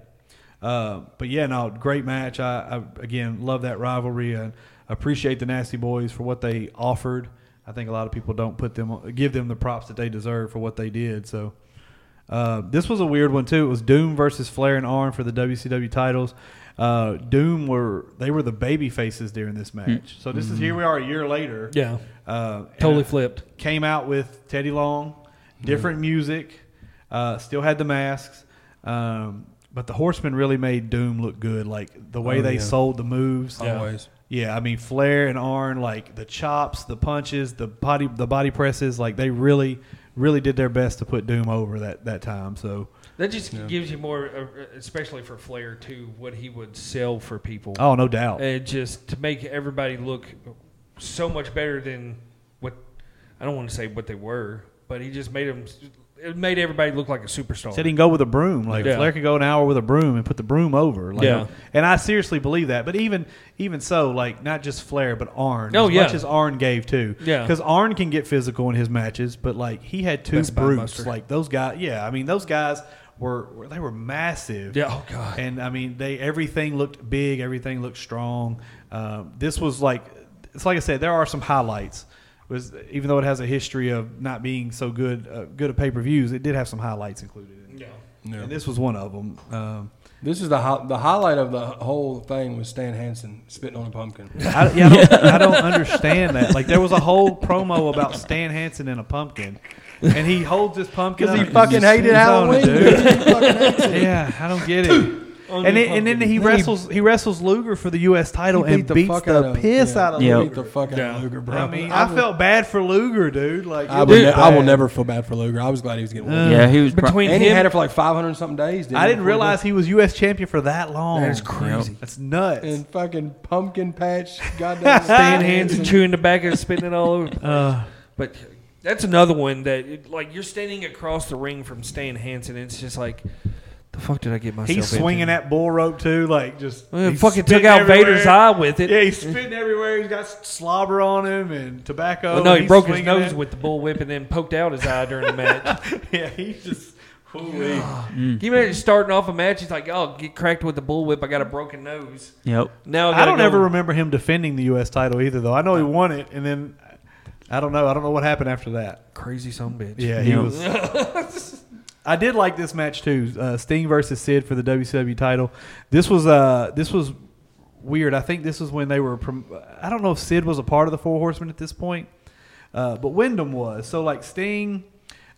Speaker 2: Uh, but yeah, no, great match. I, I again love that rivalry and appreciate the Nasty Boys for what they offered. I think a lot of people don't put them give them the props that they deserve for what they did. So uh, this was a weird one too. It was Doom versus Flair and Arn for the WCW titles. Uh, Doom were they were the baby faces during this match. So this is here we are a year later.
Speaker 4: Hmm. Yeah.
Speaker 2: Uh, and
Speaker 4: Totally
Speaker 2: I-
Speaker 4: flipped.
Speaker 2: came out with Teddy Long, different
Speaker 1: Mm-hmm.
Speaker 2: music, uh, still had the masks, um, but the Horsemen really made Doom look good. Like the way
Speaker 1: Oh,
Speaker 2: they
Speaker 1: yeah.
Speaker 2: sold the moves,
Speaker 1: Yeah. Always.
Speaker 2: Yeah, I mean Flair and Arn, like the chops, the punches, the body, the body presses, like they really, really did their best to put Doom over that that time. So,
Speaker 4: That just gives you more, uh, especially for Flair too, what he would sell for people.
Speaker 2: oh, no doubt.
Speaker 4: and just to make everybody look so much better than what I don't want to say what they were, but he just made them. It made everybody look like a superstar.
Speaker 2: Said he can go with a broom. Like
Speaker 4: Oh, Yeah.
Speaker 2: Flair could go an hour with a broom and put the broom over. Like,
Speaker 4: Yeah.
Speaker 2: And I seriously believe that. But even even so, like not just Flair, but Arn.
Speaker 4: Oh,
Speaker 2: as
Speaker 4: yeah.
Speaker 2: much as Arn gave too.
Speaker 4: Yeah.
Speaker 2: Because Arn can get physical in his matches, but like he had two
Speaker 4: Best Buy
Speaker 2: brutes.
Speaker 4: Buster.
Speaker 2: Like those guys. Yeah. I mean those guys were, were they were massive.
Speaker 4: Yeah, oh, God.
Speaker 2: And I mean they everything looked big. Everything looked strong. Um, this was like it's like I said. There are some highlights. Was even though it has a history of not being so good, uh, good at pay per views, it did have some highlights included. in it.
Speaker 4: Yeah.
Speaker 1: Yeah.
Speaker 2: And this was one of them. Um,
Speaker 1: This is the hi- the highlight of the whole thing was Stan Hansen spitting on a pumpkin.
Speaker 2: I, yeah, I, don't, I don't understand that. Like, there was a whole promo about Stan Hansen and a pumpkin, and he holds this pumpkin
Speaker 1: Because he
Speaker 2: up and
Speaker 1: fucking
Speaker 2: just
Speaker 1: hated
Speaker 2: spits on
Speaker 1: Halloween.
Speaker 2: it,
Speaker 1: Dude.
Speaker 2: dude.
Speaker 1: He fucking hates it.
Speaker 2: yeah, I don't get it. And, it, and then he wrestles. He wrestles Luger for the U.S. title
Speaker 1: He
Speaker 2: and beats the piss out of
Speaker 1: yeah.
Speaker 3: Luger.
Speaker 1: Beat the fuck out of Luger, bro.
Speaker 2: I mean, I,
Speaker 1: would-
Speaker 2: felt bad for Luger, dude. uh, Like,
Speaker 1: I,
Speaker 2: it
Speaker 1: would
Speaker 2: was
Speaker 1: ne- I will
Speaker 2: bad.
Speaker 1: never feel bad for Luger. I was glad he was
Speaker 2: Uh,
Speaker 1: getting. one.
Speaker 3: yeah, he was. Pro-
Speaker 4: Between
Speaker 1: and he
Speaker 4: him,
Speaker 1: had it for like 500 and something days. Didn't
Speaker 2: I didn't
Speaker 1: he?
Speaker 2: realize he was U.S. champion for that long.
Speaker 4: That is crazy.
Speaker 2: That's nuts.
Speaker 1: And fucking pumpkin patch, goddamn
Speaker 4: Stan hands and chewing tobacco and spitting it all over.
Speaker 2: Uh,
Speaker 4: But that's another one that, it, like, you're standing across the ring from Stan Hansen, and it's just like, the the fuck did I get myself?
Speaker 2: He's swinging
Speaker 4: into?
Speaker 2: that bull rope too, like just
Speaker 4: Well,
Speaker 2: he's
Speaker 4: fucking took
Speaker 2: spitting
Speaker 4: out
Speaker 2: everywhere.
Speaker 4: Vader's eye with it.
Speaker 2: Yeah, he's spitting everywhere. He's got slobber on him and tobacco.
Speaker 4: Well, no,
Speaker 2: and
Speaker 4: he
Speaker 2: he's
Speaker 4: broke his
Speaker 2: swinging
Speaker 4: nose
Speaker 2: it.
Speaker 4: with the bull whip and then poked out his eye during the match.
Speaker 2: yeah, he's just. Holy.
Speaker 4: Can you imagine starting off a match? He's like, "Oh, get cracked with the bull whip. I got a broken nose."
Speaker 3: Yep.
Speaker 4: Now
Speaker 2: I
Speaker 4: gotta
Speaker 2: don't
Speaker 4: go-
Speaker 2: ever remember him defending the U.S. title either, though. I know he won it, and then I don't know. I don't know what happened after that.
Speaker 4: crazy son of a bitch.
Speaker 2: Yeah, he
Speaker 3: Yeah.
Speaker 2: was. I did like this match too. Uh, Sting versus Sid for the WCW title. This was uh this was weird. I think this was when they were. Prom- I don't know if Sid was a part of the Four Horsemen at this point, uh, but Wyndham was. So like Sting.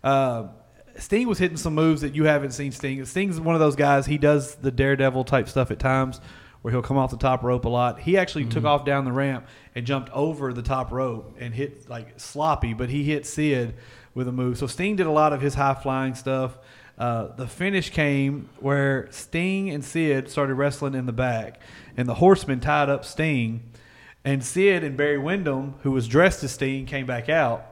Speaker 2: Uh, Sting was hitting some moves that you haven't seen Sting. Sting's one of those guys. He does the daredevil type stuff at times, where he'll come off the top rope a lot. He actually took off down the ramp and jumped over the top rope and hit like sloppy, but he hit Sid with a move. So Sting did a lot of his high flying stuff. Uh, the finish came where Sting and Sid started wrestling in the back, and the Horsemen tied up Sting, and Sid and Barry Windham, who was dressed as Sting, came back out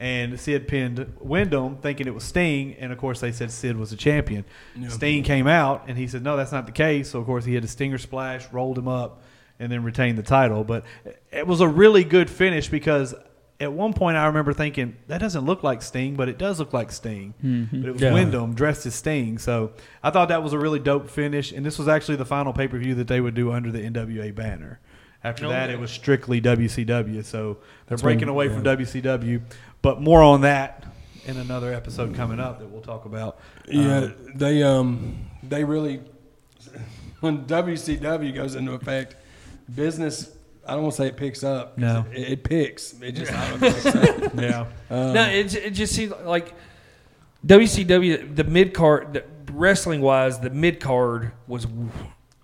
Speaker 2: and Sid pinned Wyndham, thinking it was Sting, and of course they said Sid was the champion. Sting came out, and he said, "No, that's not the case." So of course he had a stinger splash, rolled him up, and then retained the title. But it was a really good finish because at one point I remember thinking that doesn't look like Sting, but it does look like Sting. But it was
Speaker 4: Yeah.
Speaker 2: Wyndham Um, dressed as Sting, so I thought that was a really dope finish. And this was actually the final pay per view that they would do under the NWA banner. After
Speaker 4: No
Speaker 2: that,
Speaker 4: way.
Speaker 2: it was strictly WCW. So they're breaking away from WCW, but more on that in another episode coming up that we'll talk about. Uh,
Speaker 1: Yeah, they um they really when WCW goes into effect, business. I don't want to say it picks up. 'cause
Speaker 2: No.
Speaker 1: it, it picks. It just I don't know, it picks up.
Speaker 2: Yeah,
Speaker 1: Um,
Speaker 4: No, it, it just seems like WCW the mid card wrestling wise the mid card was w-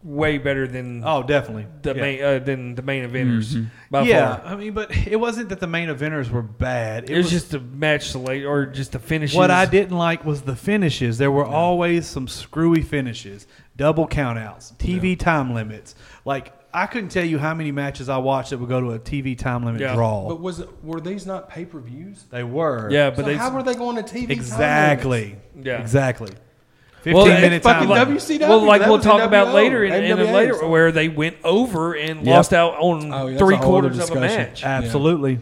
Speaker 4: way better than
Speaker 2: oh, definitely
Speaker 4: the
Speaker 2: yeah.
Speaker 4: main uh, than the main eventers
Speaker 1: Mm-hmm.
Speaker 4: by
Speaker 2: yeah,
Speaker 4: far.
Speaker 2: I mean, but it wasn't that the main eventers were bad.
Speaker 4: It, was, just the match select or just the finishes.
Speaker 2: What I didn't like was the finishes. There were always some screwy finishes, double countouts, TV time limits. Like I couldn't tell you how many matches I watched that would go to a TV time limit
Speaker 4: Yeah.
Speaker 2: draw.
Speaker 1: but was it, were these not pay per views?
Speaker 2: they were.
Speaker 4: Yeah, but
Speaker 1: So
Speaker 4: they
Speaker 1: how were they going to TV? time limits?
Speaker 2: Exactly.
Speaker 4: Yeah.
Speaker 2: Exactly. Fifteen
Speaker 4: Well,
Speaker 2: minute
Speaker 4: it's
Speaker 2: time.
Speaker 1: Fucking
Speaker 2: limit.
Speaker 1: WCW.
Speaker 4: well, like
Speaker 1: that
Speaker 4: we'll
Speaker 1: was
Speaker 4: talk
Speaker 1: NWO,
Speaker 4: about later in, in a
Speaker 1: NWA.
Speaker 4: later where they went over and
Speaker 2: Yep.
Speaker 4: lost out on
Speaker 1: Oh, yeah, that's
Speaker 4: three
Speaker 1: a whole other
Speaker 4: quarters of a
Speaker 1: discussion.
Speaker 4: match.
Speaker 2: Absolutely.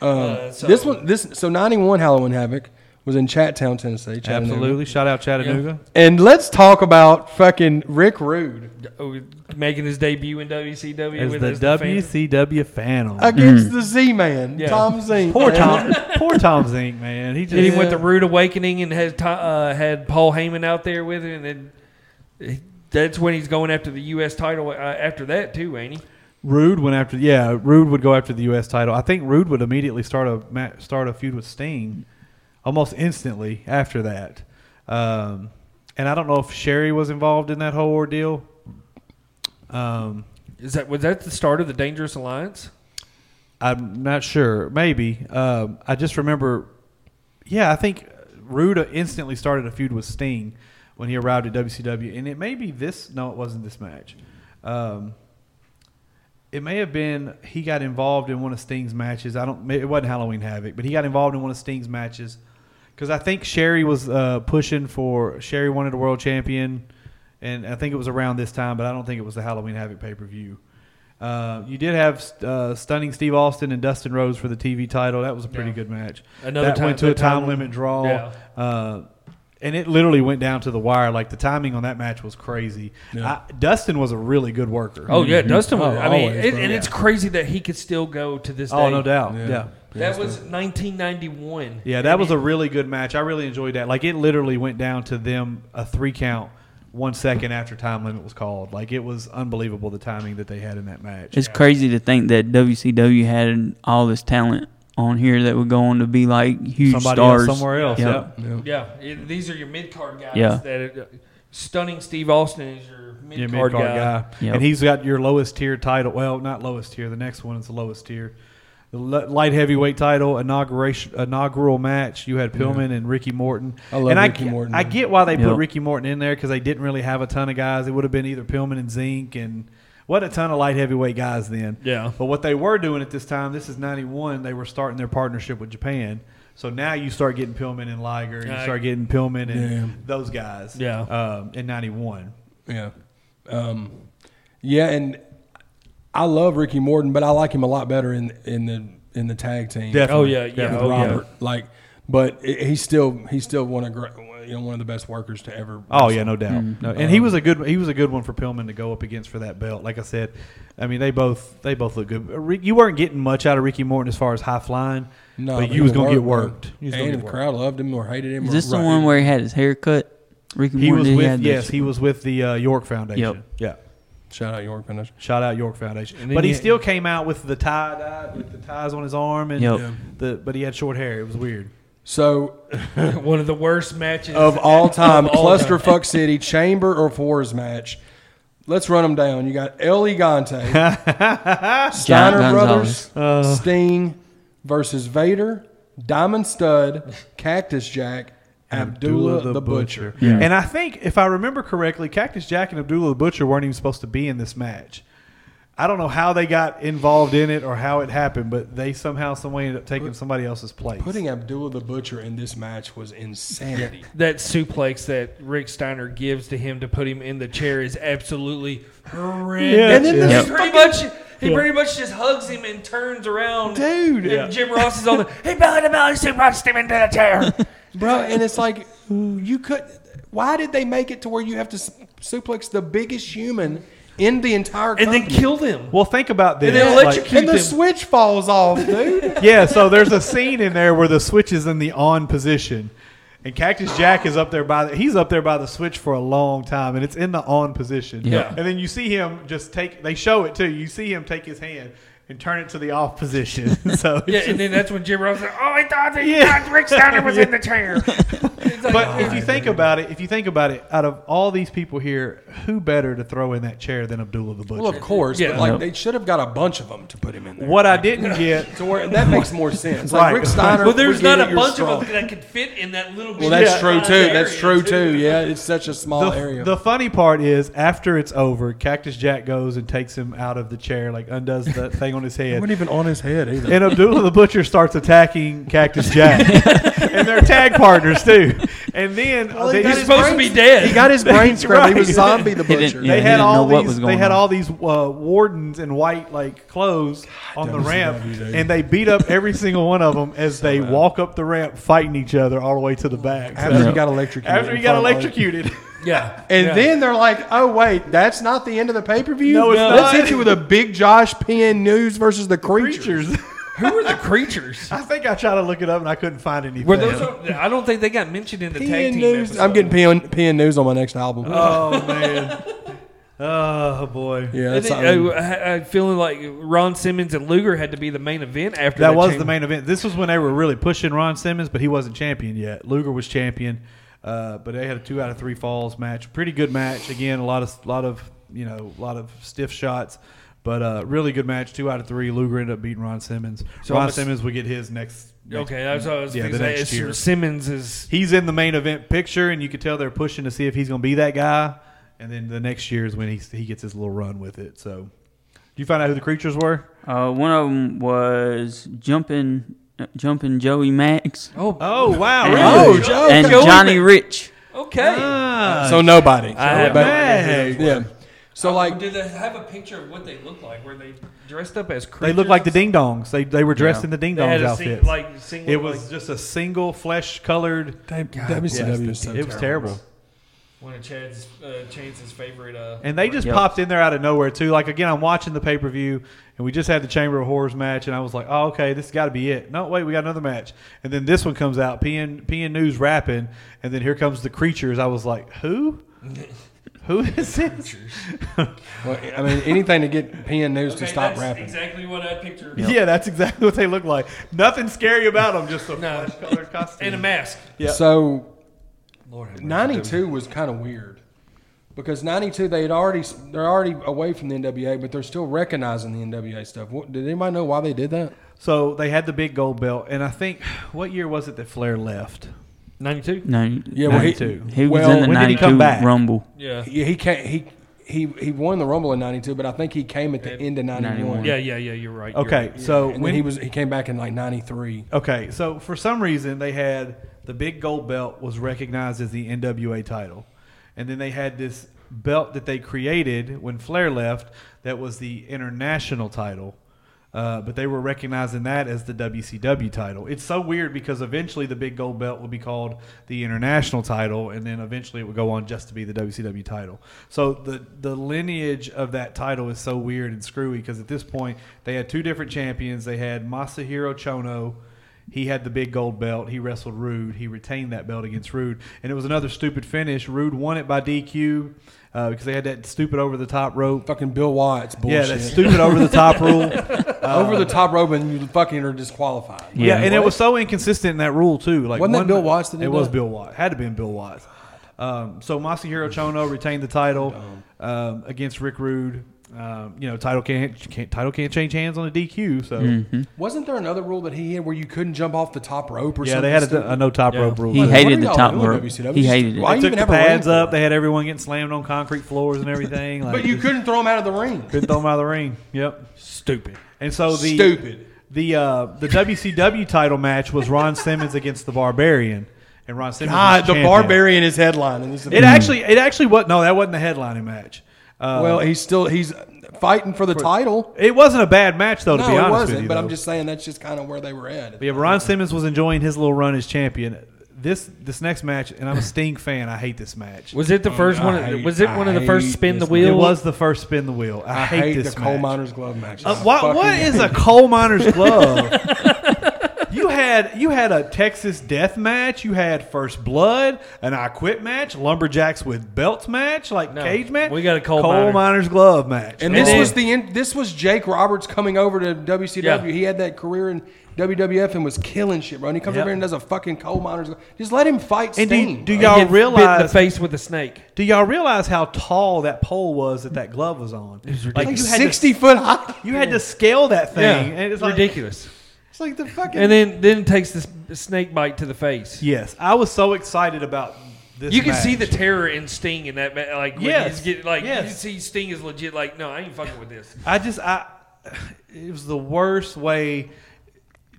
Speaker 1: Um,
Speaker 4: Uh, so-
Speaker 1: This one, this so ninety one Halloween Havoc was in Chattown, Tennessee. Chattanooga.
Speaker 2: Absolutely. Shout out Chattanooga.
Speaker 1: And let's talk about fucking Rick Rude
Speaker 4: Oh, making his debut in WCW
Speaker 2: As
Speaker 4: with
Speaker 2: the
Speaker 4: as the fan.
Speaker 2: WCW fan.
Speaker 1: against the Z Man,
Speaker 4: Yeah.
Speaker 1: Tom Zink.
Speaker 2: Mm-hmm. poor Tom. poor Tom Zink, man. He
Speaker 4: Hit
Speaker 2: just
Speaker 4: him with the rude awakening and had to- uh, had Paul Heyman out there with him, and then that's when he's going after the U.S. title. Uh, after that too, ain't he?
Speaker 2: Rude went after. Yeah, Rude would go after the U.S. title. I think Rude would immediately start a ma- start a feud with Sting, almost instantly after that. Um, and I don't know if Sherry was involved in that whole ordeal. Um,
Speaker 4: Is that was that the start of the Dangerous Alliance?
Speaker 2: I'm not sure. Maybe. Um, I just remember. Yeah, I think Rude instantly started a feud with Sting when he arrived at WCW, and it may be this. No, it wasn't this match. Um, it may have been he got involved in one of Sting's matches. I don't. It wasn't Halloween Havoc, but he got involved in one of Sting's matches because I think Sherry was uh, pushing for Sherry wanted a world champion, and I think it was around this time, but I don't think it was the Halloween Havoc pay per view. Uh, you did have uh, stunning Steve Austin and Dustin Rhodes for the TV title. That was a pretty
Speaker 4: Yeah.
Speaker 2: good match.
Speaker 4: Another
Speaker 2: that
Speaker 4: time-
Speaker 2: went to a
Speaker 4: that time-
Speaker 2: time limit draw.
Speaker 4: Yeah.
Speaker 2: Uh, and it literally went down to the wire. Like the timing on that match was crazy. I, Dustin was a really good worker.
Speaker 4: Oh yeah, Dustin. Was,
Speaker 1: Oh,
Speaker 4: I mean,
Speaker 1: always,
Speaker 4: it,
Speaker 1: bro.
Speaker 4: and it's crazy that he could still go to this.
Speaker 2: Oh,
Speaker 4: day.
Speaker 2: no doubt.
Speaker 1: Yeah.
Speaker 2: yeah.
Speaker 4: That was 1991.
Speaker 2: Yeah, that was a really good match. I really enjoyed that. Like it literally went down to them a three count one second after time limit was called. Like it was unbelievable the timing that they had in that match.
Speaker 3: It's crazy to think that WCW had all this talent on here that would go on to be like huge
Speaker 2: Somebody else
Speaker 3: stars
Speaker 2: somewhere else.
Speaker 3: Yep.
Speaker 2: Yep.
Speaker 1: Yeah.
Speaker 4: Yeah, it- these are your mid card guys.
Speaker 3: Yeah.
Speaker 4: That uh, stunning Steve Austin is your
Speaker 2: Your
Speaker 4: mid
Speaker 2: mid
Speaker 4: card guy.
Speaker 2: guy.
Speaker 3: Yep.
Speaker 2: And he's got your lowest tier title. Well, not lowest tier. The next one is the lowest tier. The li- light heavyweight title inauguration inaugural match. You had Pillman and Ricky Morton.
Speaker 1: I love
Speaker 2: and
Speaker 1: Ricky
Speaker 2: I, ge-
Speaker 1: Morton.
Speaker 2: I get why they put
Speaker 3: Yep.
Speaker 2: Ricky Morton in there because they didn't really have a ton of guys. It would have been either Pillman and Zink and what a ton of light heavyweight guys then.
Speaker 4: Yeah.
Speaker 2: But what they were doing at this time, this is 91, they were starting their partnership with Japan. So now you start getting Pillman and Liger, and you
Speaker 4: Uh,
Speaker 2: start getting Pillman and
Speaker 1: Yeah.
Speaker 2: those guys.
Speaker 4: Yeah.
Speaker 2: Um, in '91.
Speaker 1: Yeah. Um, yeah, and I love Ricky Morton, but I like him a lot better in in the in the tag team.
Speaker 2: Definitely.
Speaker 4: Oh yeah, yeah,
Speaker 1: with
Speaker 4: oh, yeah.
Speaker 1: Robert. Like, but i- he's still he's still one of gr- you know one of the best workers to ever.
Speaker 2: Oh yeah, no doubt.
Speaker 3: Mm-hmm.
Speaker 2: No, and he was a good he was a good one for Pillman to go up against for that belt. Like I said, I mean they both they both look good. Uh, Rick- You weren't getting much out of Ricky Morton as far as high flying,
Speaker 1: No,
Speaker 2: but
Speaker 1: but
Speaker 2: you was
Speaker 1: he
Speaker 2: gonna get
Speaker 1: worked,
Speaker 2: worked.
Speaker 1: man.
Speaker 2: You was gonna
Speaker 1: And if
Speaker 2: get
Speaker 1: the
Speaker 2: worked.
Speaker 1: crowd loved him or hated him.
Speaker 3: Is
Speaker 1: or-
Speaker 3: this the
Speaker 1: right.
Speaker 3: one where he had his hair cut? Ricky
Speaker 2: He
Speaker 3: Morton
Speaker 2: was
Speaker 3: did
Speaker 2: with
Speaker 3: have
Speaker 2: yes,
Speaker 3: this-
Speaker 2: he was with the uh, York Foundation.
Speaker 3: Yep.
Speaker 2: Yeah.
Speaker 1: shout out York Foundation?
Speaker 2: Shout out York Foundation.
Speaker 4: then
Speaker 2: But he
Speaker 4: you-
Speaker 2: still came out with the tie dye with the ties on his arm and
Speaker 3: Yep.
Speaker 1: Yeah.
Speaker 2: the but he had short hair. It was weird.
Speaker 1: So
Speaker 4: One of the worst matches
Speaker 1: of all time,
Speaker 4: Of all time.
Speaker 1: clusterfuck city chamber or fours match. Let's run them down. You got El Gigante, Steiner
Speaker 3: Giant
Speaker 1: Brothers,
Speaker 3: Gonzalez.
Speaker 1: Sting versus Vader, Diamond Stud, Cactus Jack, Abdullah, the, Butcher.
Speaker 2: And I think if I remember correctly, Cactus Jack and Abdullah the Butcher weren't even supposed to be in this match. I don't know how they got involved in it or how it happened, but they somehow, some way, ended up taking somebody else's place.
Speaker 1: Putting Abdullah the Butcher in this match was insanity.
Speaker 4: that suplex that Rick Steiner gives to him to put him in the chair is absolutely horrendous.
Speaker 2: Yeah. And then
Speaker 1: the
Speaker 4: he
Speaker 1: Yep.
Speaker 4: pretty much he pretty much just hugs him and turns around,
Speaker 1: Dude.
Speaker 4: And
Speaker 1: Yeah.
Speaker 4: Jim Ross is on the he belly to belly suplexed him into the chair.
Speaker 1: Bro, and it's like, you could. Why did they make it to where you have to su- suplex the biggest human in the entire
Speaker 4: and
Speaker 1: company?
Speaker 4: then killed him.
Speaker 2: well, think about this.
Speaker 4: And they'll let you keep
Speaker 1: and the
Speaker 4: him.
Speaker 1: switch falls off, dude.
Speaker 2: yeah, so there's a scene in there where the switch is in the on position. And Cactus Jack is up there by the, he's up there by the switch for a long time and it's in the on position.
Speaker 3: Yeah.
Speaker 2: And then you see him just take they show it too. You see him take his hand and turn it to the off position. so it's
Speaker 4: yeah,
Speaker 2: just-
Speaker 4: and then that's when Jim Ross is like, "Oh, I thought that
Speaker 2: Yeah.
Speaker 4: thought Rick Steiner was in the chair." It's like,
Speaker 2: But if you think about it, if you think about it, out of all these people here, who better to throw in that chair than Abdullah the Butcher?
Speaker 1: Well, of course,
Speaker 4: Yeah.
Speaker 1: but like
Speaker 3: Yep.
Speaker 1: they should have got a bunch of them to put him in there.
Speaker 2: What I didn't get,
Speaker 1: To where that makes more sense. Like
Speaker 2: Right.
Speaker 1: Rick Steiner.
Speaker 4: well, there's
Speaker 1: we get
Speaker 4: not
Speaker 1: it,
Speaker 4: a
Speaker 1: you're
Speaker 4: bunch
Speaker 1: strong.
Speaker 4: of them that could fit in that little.
Speaker 1: Well, that's
Speaker 2: Yeah.
Speaker 1: true too.
Speaker 4: area,
Speaker 1: That's true too. Yeah, it's such a small
Speaker 2: the,
Speaker 1: area.
Speaker 2: the funny part is after it's over, Cactus Jack goes and takes him out of the chair, like undoes the thing on his head.
Speaker 1: even on his head either.
Speaker 2: And Abdullah the Butcher starts attacking Cactus Jack, and they're tag partners too. And then
Speaker 1: Well,
Speaker 2: they,
Speaker 1: he
Speaker 4: He's
Speaker 1: got
Speaker 2: they,
Speaker 1: his
Speaker 4: supposed to be dead.
Speaker 1: he got his brain
Speaker 2: That's
Speaker 1: scrubbed. He was
Speaker 2: right.
Speaker 1: zombie the
Speaker 3: He didn't-
Speaker 1: butcher.
Speaker 3: yeah.
Speaker 2: had
Speaker 3: didn't
Speaker 2: all
Speaker 3: know what
Speaker 2: these
Speaker 3: was
Speaker 2: they
Speaker 3: going
Speaker 2: had
Speaker 3: on.
Speaker 2: all these uh, wardens in white like clothes on the ramp,
Speaker 1: WCW, dude.
Speaker 2: and they beat up every single one of them as they walk up the ramp, fighting each other all the way to the back. So-
Speaker 1: After he got electrocuted.
Speaker 2: after he
Speaker 1: in
Speaker 2: got
Speaker 1: front of-
Speaker 2: electrocuted.
Speaker 4: Yeah,
Speaker 1: And
Speaker 4: yeah.
Speaker 1: then they're like, "Oh wait, that's not the end of the pay per view.
Speaker 2: No, it's
Speaker 1: Let's
Speaker 2: not.
Speaker 1: hit you with a big Josh Penn news versus the creatures.
Speaker 2: Creatures.
Speaker 4: who are the creatures?
Speaker 2: I think I tried to look it up and I couldn't find anything.
Speaker 4: Were those? I don't think they got mentioned in the tag
Speaker 1: PN
Speaker 4: team.
Speaker 1: news. I'm
Speaker 4: episode. Uh,
Speaker 1: getting PN, PN news on my next album.
Speaker 2: oh man. Oh boy.
Speaker 1: yeah,
Speaker 4: And
Speaker 1: that's
Speaker 4: then,
Speaker 1: something.
Speaker 4: uh, I, I feeling like Ron Simmons and Luger had to be the main event after
Speaker 2: That
Speaker 4: they
Speaker 2: was
Speaker 4: changed-
Speaker 2: the main event. This was when they were really pushing Ron Simmons, but he wasn't champion yet. Luger was champion, uh, but they had a two out of three falls match. Pretty good match. Again, a lot of lot of you know a lot of stiff shots, but uh, really good match. Two out of three. Luger ended up beating Ron Simmons.
Speaker 4: So
Speaker 2: Ron
Speaker 4: I'm ass-
Speaker 2: Simmons would get his next. next-
Speaker 4: Okay, that's what I was
Speaker 2: Yeah,
Speaker 4: yeah,
Speaker 2: the next year.
Speaker 4: Simmons is
Speaker 2: He's in the main event picture, and you could tell they're pushing to see if he's going to be that guy. And then the next year is when he he gets his little run with it. So, do you find out who the creatures were?
Speaker 3: Uh, one of them was jumping, uh, jumping Joey Max.
Speaker 4: oh,
Speaker 2: Oh wow!
Speaker 3: And-
Speaker 1: Oh, Joe-
Speaker 3: and
Speaker 1: Joey
Speaker 3: Johnny Rich.
Speaker 4: okay.
Speaker 2: Uh,
Speaker 1: so nobody.
Speaker 4: I have
Speaker 1: But-
Speaker 4: no idea
Speaker 1: Yeah. So like
Speaker 4: Oh, do they have a picture of what they look like? Were they dressed up as creatures?
Speaker 2: They look like the Ding Dongs. They they were dressed
Speaker 3: Yeah.
Speaker 2: in the Ding
Speaker 4: They had
Speaker 2: Dongs
Speaker 4: a sing-
Speaker 2: outfits.
Speaker 4: like single.
Speaker 2: it was just a single flesh colored.
Speaker 1: WCW is so
Speaker 2: it was terrible.
Speaker 4: one of Chad's uh, Chase's favorite. Uh,
Speaker 2: And they just
Speaker 3: Yep.
Speaker 2: popped in there out of nowhere too. Like again, I'm watching the pay per view, and we just had the Chamber of Horrors match, and I was like, "Oh, okay, this got to be it." No, wait, we got another match, and then this one comes out. PN PN News rapping, and then here comes the creatures. I was like, "Who? Who is this?"
Speaker 1: Well, I mean, anything to get PN News to
Speaker 4: Okay,
Speaker 1: stop
Speaker 4: that's
Speaker 1: rapping.
Speaker 4: Exactly what I pictured.
Speaker 2: Yeah, that's exactly what they look like. Nothing scary about them. Just a
Speaker 4: No.
Speaker 2: flesh colored costume
Speaker 4: And a mask.
Speaker 2: Yeah.
Speaker 1: So
Speaker 4: Lord, have mercy.
Speaker 1: '92 was kind of weird because '92 they had already they're already away from the NWA, but they're still recognizing the NWA stuff. What, did anybody know why they did that?
Speaker 2: So they had the big gold belt, and I think what year was it that Flair left?
Speaker 4: Ninety-two.
Speaker 3: No,
Speaker 1: Yeah, well, he,
Speaker 2: 92.
Speaker 3: he was
Speaker 1: well,
Speaker 3: in the
Speaker 2: when did he
Speaker 3: '92
Speaker 2: come back?
Speaker 3: Rumble.
Speaker 4: Yeah.
Speaker 1: yeah, he can't he he he won the Rumble in '92, but I think he came at the end of '91.
Speaker 4: Yeah, yeah, yeah. You're right. you're
Speaker 2: Okay,
Speaker 4: right.
Speaker 2: so
Speaker 1: and
Speaker 2: when
Speaker 1: then he was he came back in like '93.
Speaker 2: Okay, so for some reason they had the big gold belt was recognized as the NWA title, and then they had this belt that they created when Flair left that was the international title, uh, but they were recognizing that as the WCW title. It's so weird because eventually the big gold belt would be called the international title, and then eventually it would go on just to be the WCW title. So the the lineage of that title is so weird and screwy because at this point they had two different champions. They had Masahiro Chono. He had the big gold belt. He wrestled Rude. He retained that belt against Rude, and it was another stupid finish. Rude won it by DQ uh, because they had that stupid over the top rope.
Speaker 1: Fucking Bill Watts bullshit.
Speaker 2: Yeah, that stupid over the top rule.
Speaker 1: Over the top rope and you fucking are disqualified.
Speaker 2: Yeah,
Speaker 3: Yeah.
Speaker 2: and it was so inconsistent in that rule too. Like
Speaker 1: Wasn't that
Speaker 2: one-
Speaker 1: Bill Watts that did
Speaker 2: it was
Speaker 1: that?
Speaker 2: Bill Watts. Had to been Bill Watts. Um, so Masahiro Chono retained the title um, against Rick Rude. Um, you know, title can't, can't title can't change hands on a DQ. So
Speaker 1: Wasn't there another rule that he had where you couldn't jump off the top rope or
Speaker 2: yeah,
Speaker 1: something?
Speaker 2: they had
Speaker 1: stupid?
Speaker 2: a, a no top
Speaker 4: Yeah.
Speaker 2: rope rule.
Speaker 3: He
Speaker 1: Like,
Speaker 2: They
Speaker 1: what
Speaker 3: hated
Speaker 1: are
Speaker 3: the
Speaker 1: y'all
Speaker 3: top
Speaker 1: doing,
Speaker 3: rope.
Speaker 1: WCW?
Speaker 3: He
Speaker 1: Just-
Speaker 3: hated it.
Speaker 1: Why you
Speaker 2: took
Speaker 1: even
Speaker 2: the
Speaker 1: have a ring
Speaker 2: pads
Speaker 1: for
Speaker 2: up.
Speaker 1: that?
Speaker 2: They had everyone getting slammed on concrete floors and everything. Like,
Speaker 1: But you
Speaker 2: just
Speaker 1: couldn't throw him out of the ring.
Speaker 2: couldn't throw them out of the ring. Yep.
Speaker 4: Stupid.
Speaker 2: And so the
Speaker 1: Stupid.
Speaker 2: the uh, the WCW title match was Ron Simmons against the Barbarian, and Ron Simmons. was
Speaker 1: God, the
Speaker 2: champion.
Speaker 1: barbarian is headlining. This is-
Speaker 2: It actually, it actually was no, that wasn't the headlining match. Uh,
Speaker 1: well, he's still he's fighting for the title.
Speaker 2: it wasn't a bad match though. Oh, To
Speaker 1: No,
Speaker 2: be honest
Speaker 1: it
Speaker 2: with
Speaker 1: wasn't.
Speaker 2: you,
Speaker 1: But
Speaker 2: though.
Speaker 1: I'm just saying that's just kind of where they were at.
Speaker 2: But yeah, but Ron Simmons was enjoying his little run as champion. This this next match, and I'm a Sting fan. I hate this match.
Speaker 4: Was it the first
Speaker 1: I
Speaker 4: one?
Speaker 1: hate-
Speaker 4: was it
Speaker 1: I
Speaker 4: one of the
Speaker 1: hate
Speaker 4: first spin the
Speaker 1: this
Speaker 2: it
Speaker 4: wheel?
Speaker 2: was the first spin the wheel. I,
Speaker 1: I hate,
Speaker 2: this
Speaker 1: the coal
Speaker 2: match.
Speaker 1: miner's glove match.
Speaker 2: Uh,
Speaker 1: I
Speaker 2: what what
Speaker 1: fucking
Speaker 2: is
Speaker 1: hate
Speaker 2: a
Speaker 1: it.
Speaker 2: coal miner's glove? you had you had a Texas death match, you had first blood, an I quit match, lumberjacks with belts match, like
Speaker 4: No,
Speaker 2: cage match.
Speaker 4: we got a coal miner.
Speaker 2: miner's glove match.
Speaker 1: And
Speaker 4: And
Speaker 1: this
Speaker 4: then-
Speaker 1: was the end, this was Jake Roberts coming over to WCW.
Speaker 4: Yeah.
Speaker 1: He had that career in WWF and was killing shit, bro. And he comes
Speaker 2: Yep.
Speaker 1: over here and does a fucking coal miner's. Just let him fight
Speaker 2: And do-
Speaker 1: Sting.
Speaker 2: do
Speaker 1: bro.
Speaker 2: y'all
Speaker 4: He gets bit in the
Speaker 2: realize-
Speaker 4: face with a snake.
Speaker 2: Do y'all realize how tall that pole was that that glove was on?
Speaker 1: like
Speaker 2: you had
Speaker 1: sixty foot high?
Speaker 2: To, you had to scale that thing, and it's
Speaker 4: it's
Speaker 2: like,
Speaker 4: ridiculous.
Speaker 2: It's like the fucking.
Speaker 4: And then then takes this snake bite to the face.
Speaker 2: yes, I was so excited about this.
Speaker 4: You can see the
Speaker 2: match.
Speaker 4: terror in Sting in that, ma- like, when
Speaker 2: Yes.
Speaker 4: he's getting, like, you
Speaker 2: Yes.
Speaker 4: can see Sting is legit, like, no, I ain't fucking with this.
Speaker 2: I just I it was the worst way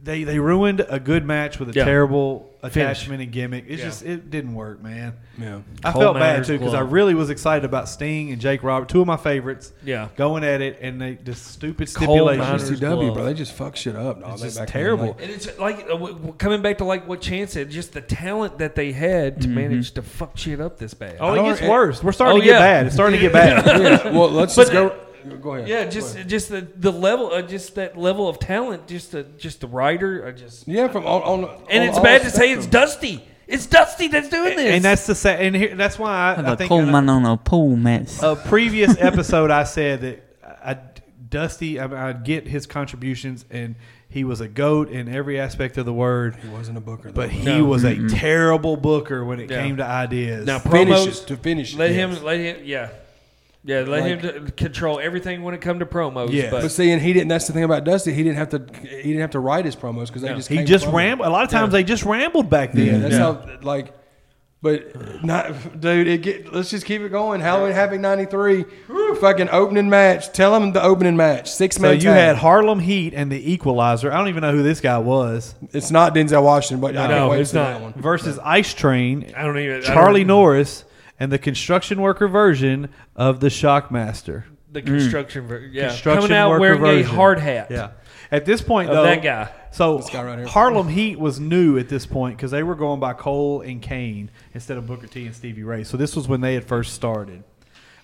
Speaker 2: they they ruined a good match with a
Speaker 4: Yeah.
Speaker 2: terrible attachment and gimmick. It's
Speaker 4: Yeah.
Speaker 2: just it didn't work, man.
Speaker 1: Yeah.
Speaker 2: I
Speaker 4: Cold
Speaker 2: felt bad
Speaker 4: Matters
Speaker 2: too because I
Speaker 4: glove.
Speaker 2: really was excited about Sting and Jake Robert, two of my favorites.
Speaker 4: Yeah.
Speaker 2: going at it and they just stupid
Speaker 4: Cold
Speaker 2: stipulations.
Speaker 4: Matters.
Speaker 1: WCW,
Speaker 4: glove.
Speaker 1: bro, they just fuck shit up. Dog.
Speaker 2: It's
Speaker 1: They
Speaker 2: just
Speaker 1: back in the
Speaker 2: terrible.
Speaker 1: day.
Speaker 4: And it's like, uh, w- w- coming back to, like, what Chan said, just the talent that they had to manage to fuck shit up this bad.
Speaker 2: Oh,
Speaker 1: I
Speaker 2: it
Speaker 1: don't-
Speaker 2: gets worse. We're starting
Speaker 4: Oh,
Speaker 2: to get
Speaker 4: yeah.
Speaker 2: bad. It's starting to get bad.
Speaker 1: yeah. Well, let's just go. Go ahead.
Speaker 4: Yeah, just just the, the level, uh, just that level of talent, just the just the writer, I just
Speaker 1: Yeah, from all, on,
Speaker 4: and
Speaker 1: on
Speaker 4: it's
Speaker 1: all
Speaker 4: bad to say it's
Speaker 1: spectrum.
Speaker 4: Dusty. It's Dusty that's doing this,
Speaker 2: and that's the sa- and here, that's why I, Oh. I
Speaker 3: The
Speaker 2: think
Speaker 3: coal miner on a pole mess.
Speaker 2: a previous episode, I said that I, Dusty, I, mean, I get his contributions, and he was a goat in every aspect of the word,
Speaker 1: He wasn't a booker, though.
Speaker 2: but he
Speaker 4: No.
Speaker 2: was a terrible booker when it
Speaker 4: Yeah.
Speaker 2: came to ideas.
Speaker 4: Now,
Speaker 1: finishes
Speaker 4: promos,
Speaker 1: to finish.
Speaker 4: let
Speaker 1: yes.
Speaker 4: him, let him, yeah, yeah, let him to control everything when it come to promos.
Speaker 2: Yeah.
Speaker 1: But
Speaker 4: but
Speaker 1: see, and he didn't. That's the thing about Dusty. He didn't have to. He didn't have to write his promos because they
Speaker 4: No.
Speaker 1: just
Speaker 2: he
Speaker 1: came
Speaker 2: just
Speaker 1: from him.
Speaker 2: rambled. A lot of times they just rambled back then.
Speaker 1: Yeah, that's
Speaker 2: Yeah.
Speaker 1: how like. But not, dude. It get, let's just keep it going. Halloween Havoc '93, fucking opening match. Tell him the opening match. Six
Speaker 2: so
Speaker 1: man.
Speaker 2: you
Speaker 1: tag.
Speaker 2: had Harlem Heat and the Equalizer. I don't even know who this guy was
Speaker 1: It's not Denzel Washington, but I
Speaker 4: No,
Speaker 1: can't wait
Speaker 4: it's
Speaker 1: for
Speaker 4: not.
Speaker 1: that one.
Speaker 2: versus Ice Train,
Speaker 4: I don't even I
Speaker 2: Charlie
Speaker 4: don't-
Speaker 2: Norris, and the construction worker version of the Shockmaster.
Speaker 4: the construction, ver- yeah,
Speaker 2: mm. Construction
Speaker 4: coming out
Speaker 2: worker
Speaker 4: wearing a
Speaker 2: version.
Speaker 4: hard hat,
Speaker 2: Yeah. At this point,
Speaker 4: Of
Speaker 2: though,
Speaker 4: that guy.
Speaker 2: So
Speaker 1: This guy right here.
Speaker 2: Harlem Heat was new at this point because they were going by Cole and Kane instead of Booker T and Stevie Ray. So this was when they had first started.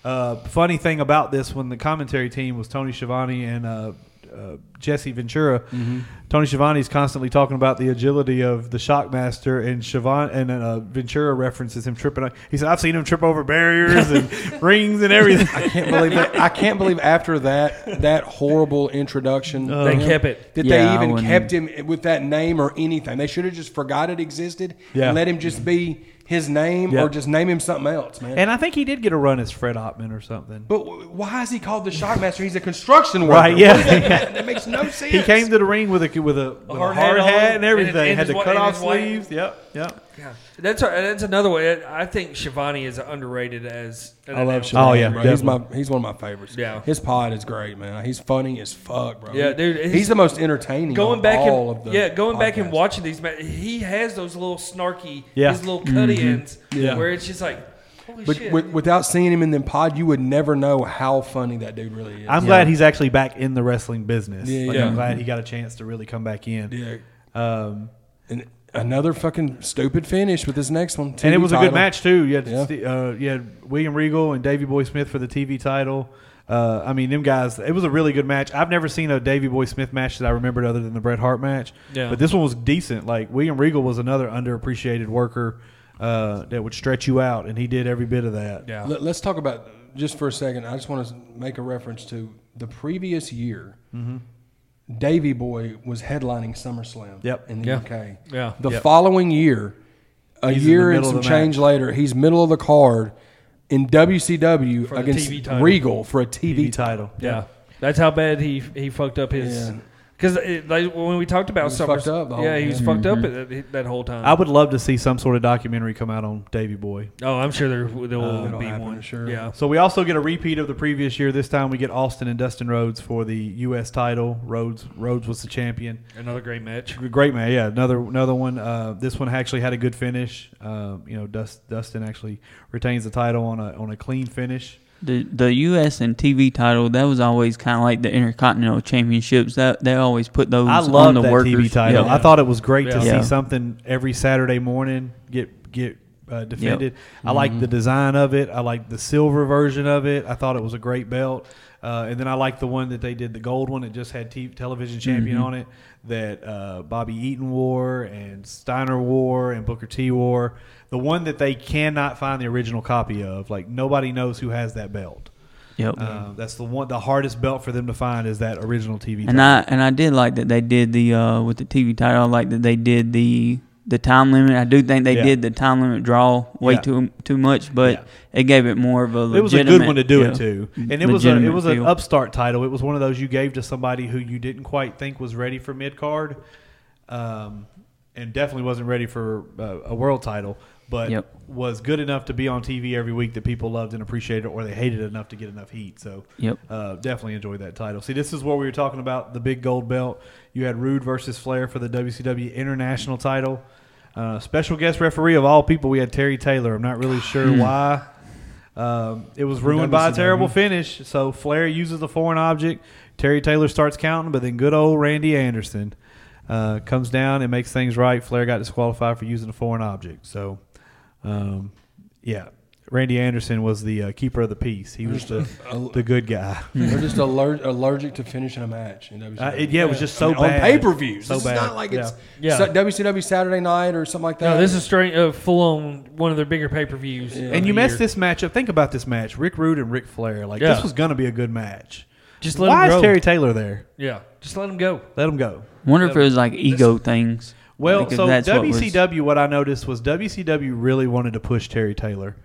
Speaker 2: Uh, funny thing about this, when the commentary team was Tony Schiavone and uh, uh, Jesse Ventura,
Speaker 1: Mm-hmm.
Speaker 2: Tony Schiavone's constantly talking about the agility of the Shockmaster, and Schiavone and uh, Ventura references him tripping. on- He said, "I've seen him trip over barriers and rings and everything."
Speaker 1: I can't believe that. I can't believe after that that horrible introduction.
Speaker 4: They
Speaker 1: to him,
Speaker 4: kept it.
Speaker 1: That
Speaker 3: Yeah, I
Speaker 1: they even
Speaker 3: wouldn't-
Speaker 1: kept him with that name or anything. They should have just forgot it existed
Speaker 2: Yeah.
Speaker 1: and let him just be his name
Speaker 2: Yeah.
Speaker 1: or just name him something else, man.
Speaker 2: And I think he did get a run as Fred Ottman or something.
Speaker 1: But w- why is he called the Shockmaster? He's a construction worker.
Speaker 2: Right, yeah.
Speaker 1: What does that, mean? that makes no sense.
Speaker 2: He came to the ring with a with a, with a hard,
Speaker 4: hard hat
Speaker 2: hat
Speaker 4: on,
Speaker 2: and everything.
Speaker 4: and- and
Speaker 2: had
Speaker 4: his
Speaker 2: to
Speaker 4: whi-
Speaker 2: cut
Speaker 4: and
Speaker 2: off
Speaker 4: his white-
Speaker 2: sleeves. Yep, Yeah.
Speaker 4: Yeah, that's that's another way. I think Shivani is underrated as. an
Speaker 1: I love
Speaker 4: announcer.
Speaker 1: Sean.
Speaker 2: Oh, yeah,
Speaker 1: bro. he's my
Speaker 2: definitely.
Speaker 1: he's one of my favorites.
Speaker 4: Yeah.
Speaker 1: his pod is great, man. He's funny as fuck, bro.
Speaker 4: Yeah,
Speaker 1: He-
Speaker 4: dude,
Speaker 1: he's,
Speaker 4: he's-
Speaker 1: the most entertaining.
Speaker 4: Going
Speaker 1: of
Speaker 4: back
Speaker 1: all of
Speaker 4: and
Speaker 1: the
Speaker 4: yeah, going back
Speaker 1: podcasts.
Speaker 4: and watching these, ma- he has those little snarky,
Speaker 2: Yeah.
Speaker 4: his little cut ins
Speaker 2: Yeah.
Speaker 4: where it's just like, holy
Speaker 1: Mm-hmm. But
Speaker 4: shit.
Speaker 1: with, without seeing him in the pod, you would never know how funny that dude really is.
Speaker 2: I'm glad he's actually back in the wrestling business.
Speaker 1: Yeah,
Speaker 2: Like,
Speaker 1: yeah.
Speaker 2: I'm glad he got a chance to really come back in.
Speaker 1: yeah.
Speaker 2: Um,
Speaker 1: And another fucking stupid finish with this next one.
Speaker 2: and it
Speaker 1: TV
Speaker 2: was a
Speaker 1: title.
Speaker 2: good match too. You had,
Speaker 1: Yeah.
Speaker 2: Ste- uh, you had William Regal and Davey Boy Smith for the TV title. Uh, I mean, them guys. It was a really good match. I've never seen a Davey Boy Smith match that I remembered other than the Bret Hart match.
Speaker 4: Yeah.
Speaker 2: But this one was decent. Like William Regal was another underappreciated worker uh, that would stretch you out, and he did every bit of that.
Speaker 4: yeah,
Speaker 1: Let, us talk about just for a second. I just want to make a reference to the previous year.
Speaker 2: Mm-hmm.
Speaker 1: Davy Boy was headlining SummerSlam
Speaker 2: Yep.
Speaker 1: in the
Speaker 4: Yeah.
Speaker 1: UK.
Speaker 4: Yeah.
Speaker 1: The
Speaker 2: Yep.
Speaker 1: following year, a
Speaker 2: He's in the
Speaker 1: year and
Speaker 2: middle
Speaker 1: some
Speaker 2: of the
Speaker 1: change
Speaker 2: match.
Speaker 1: later, he's middle of the card in WCW
Speaker 4: For the
Speaker 1: against
Speaker 4: TV title.
Speaker 1: Regal for a TV,
Speaker 2: TV
Speaker 1: title.
Speaker 2: title.
Speaker 4: yeah. That's how bad he he fucked up his.
Speaker 1: Yeah.
Speaker 4: Because like, when we talked about
Speaker 1: was
Speaker 4: Summer-
Speaker 1: fucked up the whole- Mm-hmm.
Speaker 4: yeah, he was
Speaker 1: yeah.
Speaker 4: fucked up that, that whole time.
Speaker 2: I would love to see some sort of documentary come out on Davey Boy.
Speaker 4: oh, I'm sure there there
Speaker 2: Uh,
Speaker 4: will
Speaker 1: it'll
Speaker 4: be
Speaker 1: happen,
Speaker 4: one.
Speaker 1: sure.
Speaker 4: Yeah,
Speaker 2: So we also get a repeat of the previous year. This time we get Austin and Dustin Rhodes for the U.S. title. Rhodes Rhodes was the champion.
Speaker 4: another great match.
Speaker 2: Great man, yeah. Another another one. Uh, this one actually had a good finish. Um, you know, Dust, Dustin actually retains the title on a on a clean finish.
Speaker 3: The the U.S. and TV title that was always kind of like the Intercontinental Championships. That they always put those
Speaker 2: I
Speaker 3: on
Speaker 2: love
Speaker 3: the
Speaker 2: that
Speaker 3: workers.
Speaker 2: TV title.
Speaker 3: Yeah.
Speaker 2: I thought it was great to
Speaker 3: Yeah.
Speaker 2: see something every Saturday morning get get uh, defended. I like the
Speaker 3: Mm-hmm.
Speaker 2: design of it. I like the silver version of it. I thought it was a great belt. Uh, and then I like the one that they did, the gold one. It just had t- television champion
Speaker 3: Mm-hmm.
Speaker 2: on it that uh, Bobby Eaton wore and Steiner wore and Booker T wore. The one that they cannot find the original copy of. Like nobody knows who has that belt.
Speaker 3: Yep.
Speaker 2: Uh, that's the one, the hardest belt for them to find is that original TV.
Speaker 3: and I and I did like that they did the uh, with the TV title. I like that they did the the time limit. I do think they
Speaker 2: Yeah.
Speaker 3: did the time limit draw way
Speaker 2: Yeah.
Speaker 3: too too much, but
Speaker 2: Yeah.
Speaker 3: it gave it more of a. Legitimate,
Speaker 2: it was a good one to do
Speaker 3: yeah,
Speaker 2: it to, and it was a, it
Speaker 3: legitimate
Speaker 2: was an
Speaker 3: feel.
Speaker 2: upstart title. It was one of those you gave to somebody who you didn't quite think was ready for mid card, um, and definitely wasn't ready for uh, a world title, but
Speaker 3: Yep.
Speaker 2: was good enough to be on TV every week that people loved and appreciated, or they hated enough to get enough heat. So
Speaker 3: Yep.
Speaker 2: uh, definitely enjoyed that title. See, this is what we were talking about the big gold belt. You had Rude versus Flair for the WCW International title. Uh, special guest referee of all people, we had Terry Taylor. I'm not really sure
Speaker 3: Hmm.
Speaker 2: why. Um, it was ruined by a
Speaker 1: WCW.
Speaker 2: terrible finish. So Flair uses the foreign object. Terry Taylor starts counting, but then good old Randy Anderson uh, comes down and makes things right. Flair got disqualified for using a foreign object. So, um, yeah, Randy Anderson was the uh, keeper of the peace. He was the, the good guy.
Speaker 1: They're just aller- allergic to finishing a match in WCW.
Speaker 2: Hmm. Uh, it, yeah, it was just
Speaker 1: I
Speaker 2: so
Speaker 1: mean,
Speaker 2: bad.
Speaker 1: on pay per views.
Speaker 2: So
Speaker 1: it's
Speaker 2: bad.
Speaker 1: not like it's
Speaker 4: Yeah.
Speaker 1: Sa- WCW Saturday night or something like that.
Speaker 4: No, this is straight uh, full on one of their bigger pay per views.
Speaker 1: Yeah.
Speaker 2: And you messed this match up. Think about this match: Rick Rude and Ric Flair. Like
Speaker 4: Yeah.
Speaker 2: this was gonna be a good match.
Speaker 4: Just let
Speaker 2: Why
Speaker 4: him
Speaker 2: is
Speaker 4: go.
Speaker 2: Terry Taylor there?
Speaker 4: yeah, just let him go.
Speaker 2: Let him go.
Speaker 3: Wonder if it was like ego things.
Speaker 2: Well,
Speaker 3: Like, if
Speaker 2: so
Speaker 3: that's what was-
Speaker 2: WCW, what I noticed was WCW really wanted to push Terry Taylor,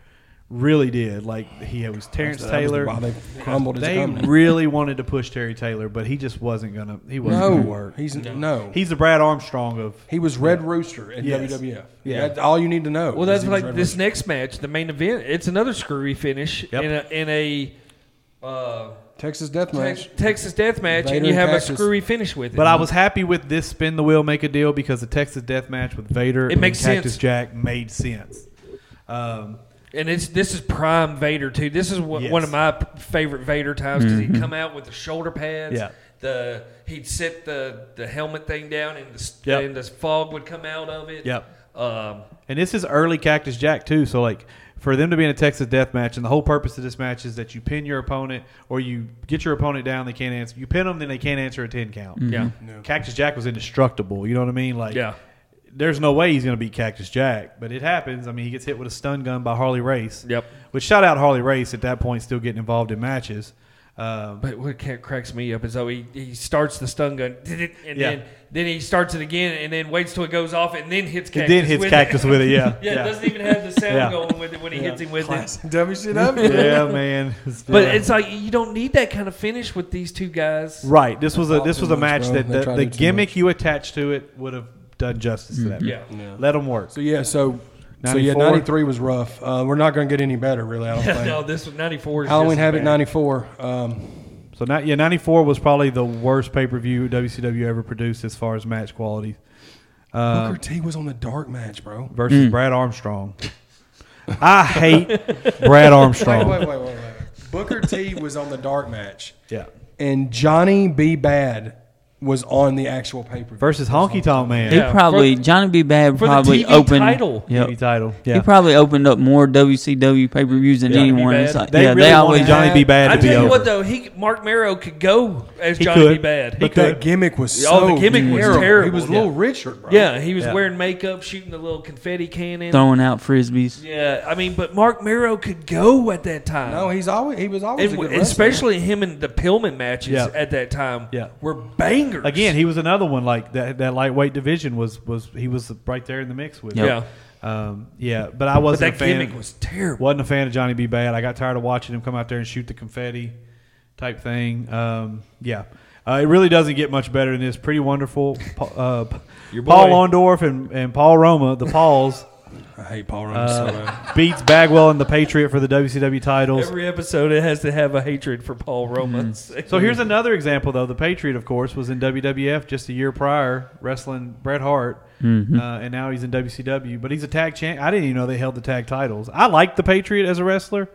Speaker 2: really did. Like he was Terrence
Speaker 1: That was
Speaker 2: Taylor.
Speaker 1: Why they crumbled his
Speaker 2: They
Speaker 1: company.
Speaker 2: really wanted to push Terry Taylor, but he just wasn't gonna. He wasn't
Speaker 1: No,
Speaker 2: gonna work.
Speaker 1: he's no.
Speaker 2: He's the Brad Armstrong of.
Speaker 1: He was Red Rooster at
Speaker 2: Yes.
Speaker 1: WWF.
Speaker 2: Yeah.
Speaker 1: That's all you need to know.
Speaker 4: Well,
Speaker 1: is
Speaker 4: that's
Speaker 1: he was
Speaker 4: like
Speaker 1: Red
Speaker 4: this
Speaker 1: Rooster.
Speaker 4: next match, the main event. It's another screwy finish
Speaker 2: Yep.
Speaker 4: in a in a uh,
Speaker 1: Texas Death Match.
Speaker 4: Tex- Texas Death Match,
Speaker 1: Vader
Speaker 4: and you
Speaker 1: and
Speaker 4: have a
Speaker 1: Cassius.
Speaker 4: screwy finish with it.
Speaker 2: But I was happy with this spin the wheel, make a deal because the Texas Death Match with Vader
Speaker 4: It
Speaker 2: and
Speaker 4: makes
Speaker 2: Cactus
Speaker 4: sense.
Speaker 2: Jack made sense. Um,
Speaker 4: and it's this is prime Vader too. This is one,
Speaker 2: Yes. Mm-hmm.
Speaker 4: one of my p- favorite Vader times because he'd come out with the shoulder pads.
Speaker 2: Yeah.
Speaker 4: The he'd sit the the helmet thing down, and the s-
Speaker 2: Yep.
Speaker 4: and the fog would come out of it.
Speaker 2: Yep.
Speaker 4: Um,
Speaker 2: And this is early Cactus Jack too, so like for them to be in a Texas Death Match, and the whole purpose of this match is that you pin your opponent or you get your opponent down, they can't answer. You pin them, then they can't answer a ten count.
Speaker 4: Yeah.
Speaker 1: No.
Speaker 2: Cactus Jack was indestructible. You know what I mean? Mm-hmm. Like,
Speaker 4: Mm. Yeah.
Speaker 2: there's no way he's gonna beat Cactus Jack, but it happens. I mean, he gets hit with a stun gun by Harley Race.
Speaker 4: Yep.
Speaker 2: Which shout out Harley Race at that point, still getting involved in matches. Um,
Speaker 4: But what ca- cracks me up is though he, he starts the stun gun and
Speaker 2: Yeah.
Speaker 4: then then he starts it again and then waits till it goes off and then hits
Speaker 2: it
Speaker 4: cactus.
Speaker 2: then hits
Speaker 4: with
Speaker 2: Cactus
Speaker 4: It.
Speaker 2: with it. Yeah.
Speaker 4: yeah, it doesn't even have the sound
Speaker 2: Yeah.
Speaker 4: going with it when he hits him with it.
Speaker 1: WCW.
Speaker 2: yeah, man.
Speaker 4: But
Speaker 2: Yeah.
Speaker 4: it's like you don't need that kind of finish with these two guys.
Speaker 2: Right. This was a
Speaker 1: Fought
Speaker 2: this
Speaker 1: too
Speaker 2: was a
Speaker 1: much,
Speaker 2: match
Speaker 1: bro.
Speaker 2: that
Speaker 1: They
Speaker 2: the,
Speaker 1: tried to
Speaker 2: the
Speaker 1: do too
Speaker 2: gimmick you attached to it would have done justice to that.
Speaker 4: Mm-hmm. Yeah.
Speaker 1: Yeah.
Speaker 2: Let them work.
Speaker 1: So yeah, so so yeah,
Speaker 2: 94.
Speaker 1: ninety three was rough. Uh, we're not going to get any better, really.
Speaker 2: Oh,
Speaker 1: I don't think.
Speaker 4: no, this was 94 is
Speaker 1: Halloween
Speaker 4: just
Speaker 1: Havoc
Speaker 4: bad.
Speaker 1: ninety four. Um,
Speaker 2: So not, yeah, ninety four was probably the worst pay per view WCW ever produced as far as match quality. Uh,
Speaker 1: Booker T was on the dark match, bro.
Speaker 3: Mm.
Speaker 2: versus Brad Armstrong. I hate Brad
Speaker 1: Wait,
Speaker 2: Armstrong.
Speaker 1: wait, wait, wait, wait. Booker T was on the dark match,
Speaker 2: Yeah.
Speaker 1: and Johnny B. Bad was on the actual paper.
Speaker 2: Versus Honky Tonk Man.
Speaker 3: He
Speaker 4: Yeah,
Speaker 3: probably
Speaker 4: for-
Speaker 3: Johnny B. Bad
Speaker 4: for the
Speaker 3: probably
Speaker 4: TV
Speaker 3: opened
Speaker 4: title.
Speaker 3: Yep.
Speaker 2: TV title. Yeah.
Speaker 3: He probably opened up more WCW pay per views than
Speaker 4: Johnny B.
Speaker 3: anyone.
Speaker 4: Bad.
Speaker 3: It's like,
Speaker 2: they
Speaker 3: yeah,
Speaker 2: really
Speaker 3: they
Speaker 2: wanted
Speaker 3: always
Speaker 2: Johnny B. Bad
Speaker 4: I
Speaker 2: to be
Speaker 4: tell you
Speaker 2: over.
Speaker 4: what, though, he Mark Marrow could go as
Speaker 2: He
Speaker 4: Johnny
Speaker 2: could.
Speaker 4: B. Bad.
Speaker 1: But that gimmick was
Speaker 4: Oh,
Speaker 1: so.
Speaker 4: the gimmick was
Speaker 1: terrible. He
Speaker 4: terrible,
Speaker 1: was
Speaker 4: yeah.
Speaker 1: Little Richard, bro.
Speaker 4: yeah, he was
Speaker 2: Yeah.
Speaker 4: wearing makeup, shooting the little confetti cannon.
Speaker 3: throwing out frisbees.
Speaker 4: Yeah, I mean, but Mark Marrow could go at that time.
Speaker 1: No, he's always he was always
Speaker 4: and,
Speaker 1: a good
Speaker 4: and
Speaker 1: wrestler.
Speaker 4: especially him and the Pillman matches
Speaker 2: Yeah.
Speaker 4: at that time
Speaker 2: Yeah.
Speaker 4: were bangers.
Speaker 2: Again, he was another one like that. That lightweight division was was he was right there in the mix with.
Speaker 4: Yeah.
Speaker 2: Yeah. Um, yeah, but I
Speaker 4: but
Speaker 2: wasn't
Speaker 4: that
Speaker 2: a fan.
Speaker 4: gimmick was terrible.
Speaker 2: wasn't a fan of Johnny B. Bad. I got tired of watching him come out there and shoot the confetti type thing. Um, yeah. Uh, it really doesn't get much better than this. Pretty wonderful. Pa- Uh,
Speaker 4: Your
Speaker 2: Paul
Speaker 4: boy.
Speaker 2: Ondorf and, and Paul Roma, the Pauls,
Speaker 1: I hate Paul Rhodes
Speaker 4: Uh,
Speaker 1: so much.
Speaker 2: beats Bagwell and the Patriot for the WCW titles.
Speaker 4: Every episode, it has to have a hatred for Paul Roman.
Speaker 2: Mm-hmm. So here's another example, though. The Patriot, of course, was in WWF just a year prior, wrestling Bret Hart,
Speaker 3: Mm-hmm.
Speaker 2: uh, and now he's in WCW. But he's a tag champ. I didn't even know they held the tag titles. I liked the Patriot as a wrestler,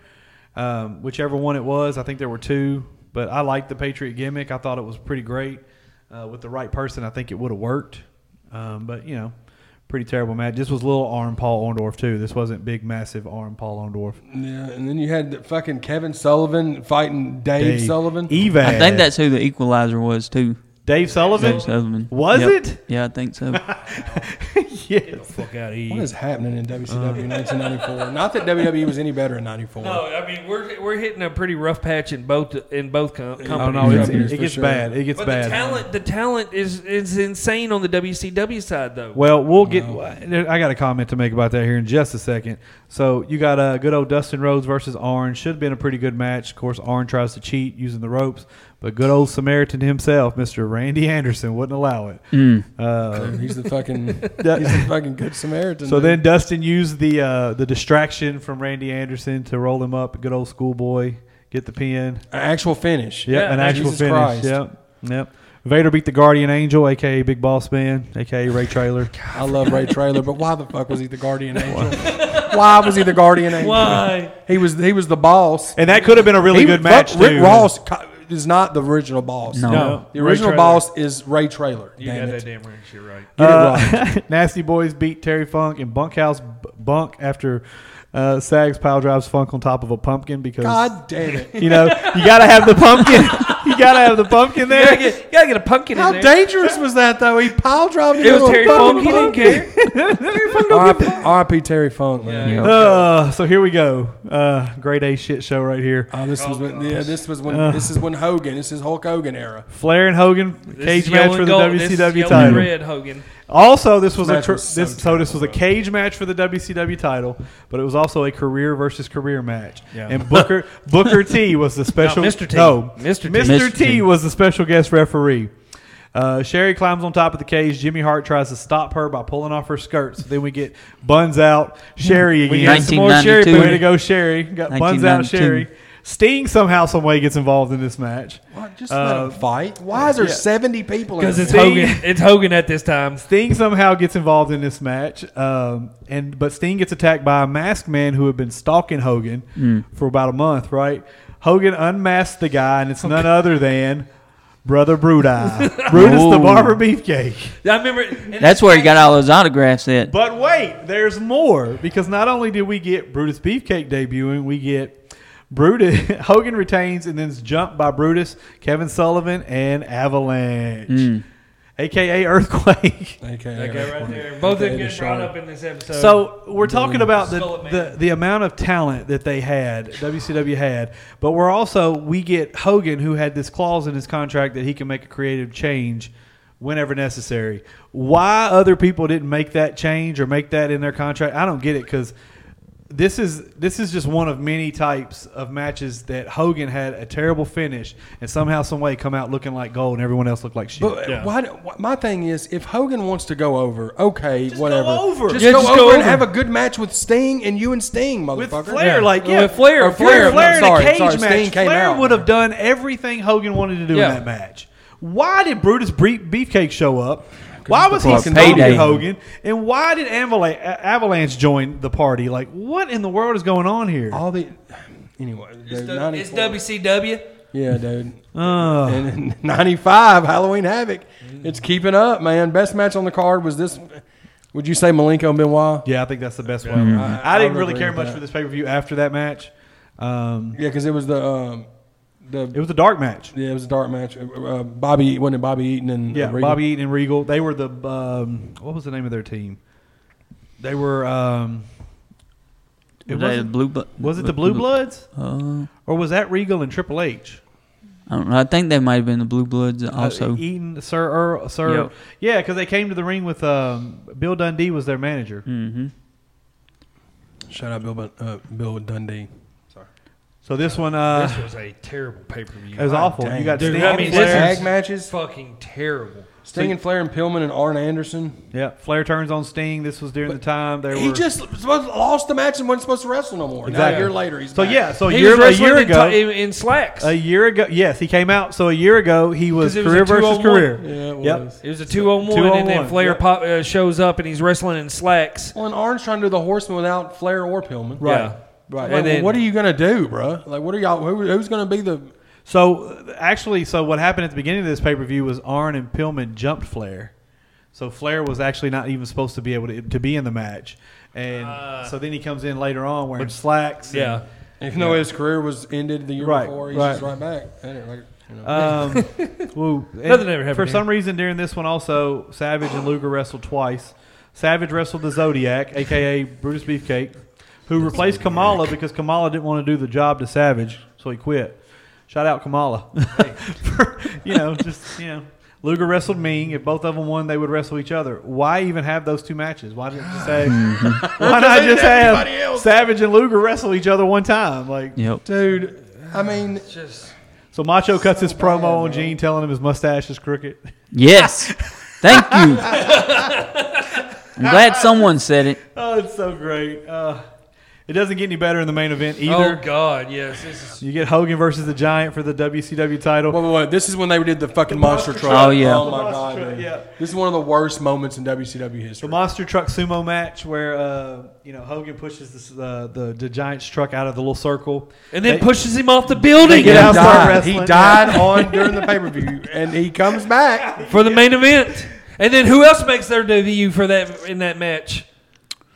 Speaker 2: um, whichever one it was. I think there were two, but I liked the Patriot gimmick. I thought it was pretty great. Uh, with the right person, I think it would have worked. Um, but you know, pretty terrible match. This was little arm Paul Orndorff too. This wasn't big, massive arm Paul Orndorff.
Speaker 1: Yeah, and then you had the fucking Kevin Sullivan fighting Dave,
Speaker 2: Dave
Speaker 1: Sullivan.
Speaker 4: E
Speaker 2: Evad.
Speaker 3: I think that's who the equalizer was too.
Speaker 2: Dave Sullivan.
Speaker 3: Dave Sullivan.
Speaker 2: Was
Speaker 3: Yep.
Speaker 2: it?
Speaker 3: Yeah, I think so.
Speaker 2: yes.
Speaker 4: fuck out
Speaker 1: What
Speaker 4: of here.
Speaker 1: is happening in WCW in 1994? Not that WWE was any better in 94.
Speaker 4: Uh. No, I mean we're we're hitting a pretty rough patch in both in both com- companies.
Speaker 2: Oh no, it's,
Speaker 1: Yeah,
Speaker 2: it,
Speaker 1: for
Speaker 2: gets
Speaker 1: sure.
Speaker 2: bad. It gets
Speaker 4: but
Speaker 2: bad.
Speaker 4: the talent, the talent is is insane on the WCW side though.
Speaker 2: Well, we'll get. I got a comment to make about that here in just a second. So you got a uh, good old Dustin Rhodes versus Arn. Should have been a pretty good match. Of course, Arn tries to cheat using the ropes, but good old Samaritan himself, Mister Randy Anderson, wouldn't allow it.
Speaker 1: Hmm.
Speaker 2: Uh,
Speaker 1: He's the fucking he's the fucking good Samaritan.
Speaker 2: so
Speaker 1: dude.
Speaker 2: then Dustin used the uh, the distraction from Randy Anderson to roll him up. Good old schoolboy, get the pin.
Speaker 1: An actual finish.
Speaker 2: Yep,
Speaker 4: Yeah,
Speaker 2: an
Speaker 4: man,
Speaker 2: actual
Speaker 1: Jesus
Speaker 2: finish.
Speaker 1: Christ.
Speaker 2: Yep, yep. Vader beat the Guardian Angel, aka Big Boss Man, aka Ray Trailer.
Speaker 1: I love Ray Trailer, but why the fuck was he the guardian angel? why was he the guardian angel?
Speaker 4: Why?
Speaker 1: He was he was the boss.
Speaker 2: And that could have been a really
Speaker 1: He-
Speaker 2: good
Speaker 1: fuck,
Speaker 2: match.
Speaker 1: Rick
Speaker 2: too.
Speaker 1: Ross co- is not the original boss.
Speaker 3: No.
Speaker 2: No.
Speaker 1: The original
Speaker 2: Ray Trailer.
Speaker 1: boss is Ray Trailer.
Speaker 4: You
Speaker 1: damn
Speaker 4: got
Speaker 1: it.
Speaker 4: that damn right shit right.
Speaker 1: Get it
Speaker 2: Uh,
Speaker 1: right.
Speaker 2: Nasty Boys beat Terry Funk and Bunkhouse b- Bunk after uh, Sags pile drives Funk on top of a pumpkin because
Speaker 1: God damn it.
Speaker 2: you know you gotta have the pumpkin. you gotta have the pumpkin
Speaker 4: You gotta
Speaker 2: there.
Speaker 4: get, you gotta get a pumpkin
Speaker 1: How
Speaker 4: in there.
Speaker 1: dangerous was that though? He pile drove
Speaker 4: It was Terry Funk. He didn't care.
Speaker 1: R.I.P. Terry Funk, man.
Speaker 4: Yeah.
Speaker 2: Uh, so here we go. Uh, grade A shit show right here.
Speaker 1: Oh, this was when, yeah, this was when this is when Hogan, this is Hulk Hogan era.
Speaker 2: Flair and Hogan
Speaker 4: This
Speaker 2: cage
Speaker 4: is
Speaker 2: match
Speaker 4: yellow
Speaker 2: for
Speaker 4: and
Speaker 2: the
Speaker 4: gold. This is
Speaker 2: WCW
Speaker 4: yellow
Speaker 2: title.
Speaker 4: and Red Hogan.
Speaker 2: Also, this was
Speaker 1: This
Speaker 2: a
Speaker 1: match
Speaker 2: cur-
Speaker 1: was so
Speaker 2: this so this was a cage match for the WCW title, but it was also a career versus career match.
Speaker 4: Yeah.
Speaker 2: And Booker Booker T was the special
Speaker 4: No, Mr. T.
Speaker 2: No,
Speaker 4: Mr. T.
Speaker 2: Mr. T,
Speaker 3: Mr. T.
Speaker 2: was the special guest referee. Uh, Sherry climbs on top of the cage. Jimmy Hart tries to stop her by pulling off her skirts. Then we get buns out Sherry again.
Speaker 3: We get some more Sherry 1992.
Speaker 2: Way to go, Sherry. Got buns out
Speaker 3: 1992.
Speaker 2: Sherry. Sting somehow, some way gets involved in this match.
Speaker 1: What? Just
Speaker 2: Uh,
Speaker 1: let him fight. Why is there
Speaker 2: yeah.
Speaker 1: seventy people? in
Speaker 4: Because
Speaker 1: this
Speaker 4: it's
Speaker 2: See?
Speaker 4: Hogan. It's Hogan at this time.
Speaker 2: Sting somehow gets involved in this match, um, and but Sting gets attacked by a masked man who had been stalking Hogan for about a month. Right, Hogan unmasked the guy, and it's none other than Brother Brutus, Brutus the
Speaker 3: Ooh.
Speaker 2: Barber Beefcake.
Speaker 4: I remember. and
Speaker 3: That's where he got all those autographs at.
Speaker 2: But wait, there's more because not only did we get Brutus Beefcake debuting, we get Brutus Hogan retains and then's jumped by Brutus, Kevin Sullivan, and Avalanche, aka Earthquake.
Speaker 1: Okay,
Speaker 4: That guy right
Speaker 1: one.
Speaker 4: there. Both of them
Speaker 1: Okay,
Speaker 4: get
Speaker 1: the
Speaker 4: brought
Speaker 1: shark.
Speaker 4: up in this episode.
Speaker 2: So we're talking about the,
Speaker 4: Skull Man.
Speaker 2: the the amount of talent that they had, WCW had, but we're also we get Hogan who had this clause in his contract that he can make a creative change whenever necessary. Why other people didn't make that change or make that in their contract, I don't get it because this is this is just one of many types of matches that Hogan had a terrible finish and somehow some way come out looking like gold and everyone else looked like shit.
Speaker 1: But
Speaker 2: Yeah.
Speaker 1: why, do- why- my thing is, if Hogan wants to go over, okay,
Speaker 2: Just
Speaker 1: whatever.
Speaker 2: go over.
Speaker 1: Just,
Speaker 2: Yeah,
Speaker 1: go,
Speaker 2: just
Speaker 1: over
Speaker 2: go
Speaker 1: and
Speaker 2: over.
Speaker 1: have a good match with Sting and you and Sting,
Speaker 2: with
Speaker 1: motherfucker.
Speaker 2: Flair,
Speaker 4: Yeah.
Speaker 2: like
Speaker 4: With
Speaker 2: yeah,
Speaker 4: Flair,
Speaker 2: Or
Speaker 1: Flair,
Speaker 2: Flair,
Speaker 1: no,
Speaker 2: Flair in
Speaker 1: sorry,
Speaker 2: a cage
Speaker 1: sorry,
Speaker 2: match.
Speaker 1: Sting came
Speaker 2: Flair
Speaker 1: out.
Speaker 2: would have done everything Hogan wanted to do
Speaker 4: Yeah.
Speaker 2: in that match. Why did Brutus Bre- Beefcake show up? Why was he
Speaker 3: Well,
Speaker 2: stomping
Speaker 3: payday.
Speaker 2: Hogan? And why did Avala- A- Avalanche join the party? Like, what in the world is going on here?
Speaker 1: All the anyway,
Speaker 4: It's,
Speaker 1: dude,
Speaker 4: du- it's
Speaker 1: 94.
Speaker 4: WCW.
Speaker 1: Yeah, dude.
Speaker 2: Ugh.
Speaker 1: And in '95 Halloween Havoc. It's keeping up, man. Best match on the card was this. Would you say Malenko and Benoit?
Speaker 2: yeah, I think that's the best one. I,
Speaker 1: I
Speaker 2: didn't
Speaker 1: would
Speaker 2: really
Speaker 1: agree
Speaker 2: care
Speaker 1: with
Speaker 2: much
Speaker 1: that.
Speaker 2: for this pay per view after that match. Um,
Speaker 1: Yeah, because it was the um, the
Speaker 2: it was a dark match.
Speaker 1: yeah it was a dark match. Uh, Bobby wasn't it Bobby Eaton and uh,
Speaker 2: Yeah,
Speaker 1: Regal?
Speaker 2: Bobby Eaton and Regal. They were the um, what was the name of their team? They were. Um, it
Speaker 3: Was that
Speaker 2: wasn't-
Speaker 3: blue, Bu-
Speaker 2: Was it the Blue Bloods,
Speaker 3: Uh,
Speaker 2: or was that Regal and Triple H?
Speaker 3: I don't know. I think they might have been the Blue Bloods
Speaker 2: uh,
Speaker 3: also.
Speaker 2: Eaton, Sir Earl, Sir.
Speaker 3: Yep.
Speaker 2: Yeah, because they came to the ring with um, Bill Dundee was their manager.
Speaker 3: mm-hmm.
Speaker 1: Shout out Bill Bun- uh, Bill Dundee.
Speaker 2: So this one, uh,
Speaker 4: this was a terrible pay per view.
Speaker 2: it was awful.
Speaker 1: dang.
Speaker 2: You got
Speaker 4: Dude,
Speaker 2: Sting
Speaker 4: I
Speaker 2: and
Speaker 4: mean,
Speaker 2: Flair.
Speaker 4: this
Speaker 1: Tag
Speaker 4: is-
Speaker 1: matches.
Speaker 4: fucking terrible.
Speaker 1: Sting and Flair and Pillman and Arn Anderson.
Speaker 2: yeah, Flair turns on Sting. This was during the time they
Speaker 1: He
Speaker 2: were.
Speaker 1: just supposed- lost the match and wasn't supposed to wrestle no more. Now a
Speaker 2: Exactly.
Speaker 1: year later, he's
Speaker 2: so
Speaker 1: back.
Speaker 2: yeah, so a
Speaker 4: He
Speaker 2: Oh, year,
Speaker 4: was
Speaker 2: a
Speaker 4: wrestling
Speaker 2: year
Speaker 4: in ti-
Speaker 2: ago,
Speaker 4: in, in slacks.
Speaker 2: a year ago, yes, he came out. So a year ago, he was
Speaker 4: 'Cause it was
Speaker 2: career
Speaker 4: a
Speaker 2: versus
Speaker 4: 201.
Speaker 2: career.
Speaker 1: Yeah, it
Speaker 2: Yep.
Speaker 1: was.
Speaker 4: it was a 201, and
Speaker 2: 201,
Speaker 4: then Flair
Speaker 2: yeah.
Speaker 4: pop, uh, shows up and he's wrestling in slacks.
Speaker 1: Well, and Arn's trying to do the Horseman without Flair or Pillman.
Speaker 4: Right.
Speaker 1: Like,
Speaker 4: Right.
Speaker 1: well,
Speaker 4: And then-
Speaker 1: what are you gonna do, bruh? Like, what are y'all? Who, who's gonna be the?
Speaker 2: So uh, actually, so what happened at the beginning of this pay per view was Arn and Pillman jumped Flair, so Flair was actually not even supposed to be able to, to be in the match, and
Speaker 4: Ah.
Speaker 2: so then he comes in later on wearing slacks. and-
Speaker 4: Yeah.
Speaker 1: Even though his career was ended the year
Speaker 2: Right,
Speaker 1: before, he's
Speaker 2: right.
Speaker 1: just right back. at it, like, you know.
Speaker 2: Um, well, and
Speaker 4: Nothing ever happened
Speaker 2: For
Speaker 4: here.
Speaker 2: some reason, during this one, also Savage and Luger wrestled twice. Savage wrestled the Zodiac, aka Brutus Beefcake, who replaced Kamala because Kamala didn't want to do the job to Savage, so he quit. Shout out Kamala. For- you know, just you know, Luger wrestled Ming. If both of them won, they would wrestle each other. Why even have those two matches? Why didn't just say? why not just have Savage and Luger wrestle each other one time? Like,
Speaker 3: Yep.
Speaker 1: Dude, I mean,
Speaker 4: Just
Speaker 2: so Macho cuts his promo on Gene, telling him his mustache is crooked.
Speaker 3: Yes. Thank you. I'm glad someone said it.
Speaker 2: Oh, it's so great. Uh, it doesn't get any better in the main event
Speaker 4: oh
Speaker 2: either.
Speaker 4: god, yes, this is
Speaker 2: You get Hogan versus the Giant for the WCW title.
Speaker 1: wait, wait, wait. This is when they did the fucking monster, truck.
Speaker 3: truck. Oh, yeah.
Speaker 1: Oh my
Speaker 2: The monster
Speaker 1: god,
Speaker 2: truck,
Speaker 1: dude.
Speaker 2: yeah.
Speaker 1: This is one of the worst moments in WCW
Speaker 2: the
Speaker 1: history.
Speaker 2: monster truck sumo match where uh, you know Hogan pushes this, uh, the the Giant's truck out of the little circle.
Speaker 4: and then
Speaker 2: They-
Speaker 4: pushes him off the
Speaker 2: They
Speaker 4: building
Speaker 2: get
Speaker 1: he
Speaker 2: out, start
Speaker 1: died.
Speaker 2: wrestling.
Speaker 1: He died on during the pay per view, and he comes back.
Speaker 4: for the main event. And then who else makes their debut for that in that match?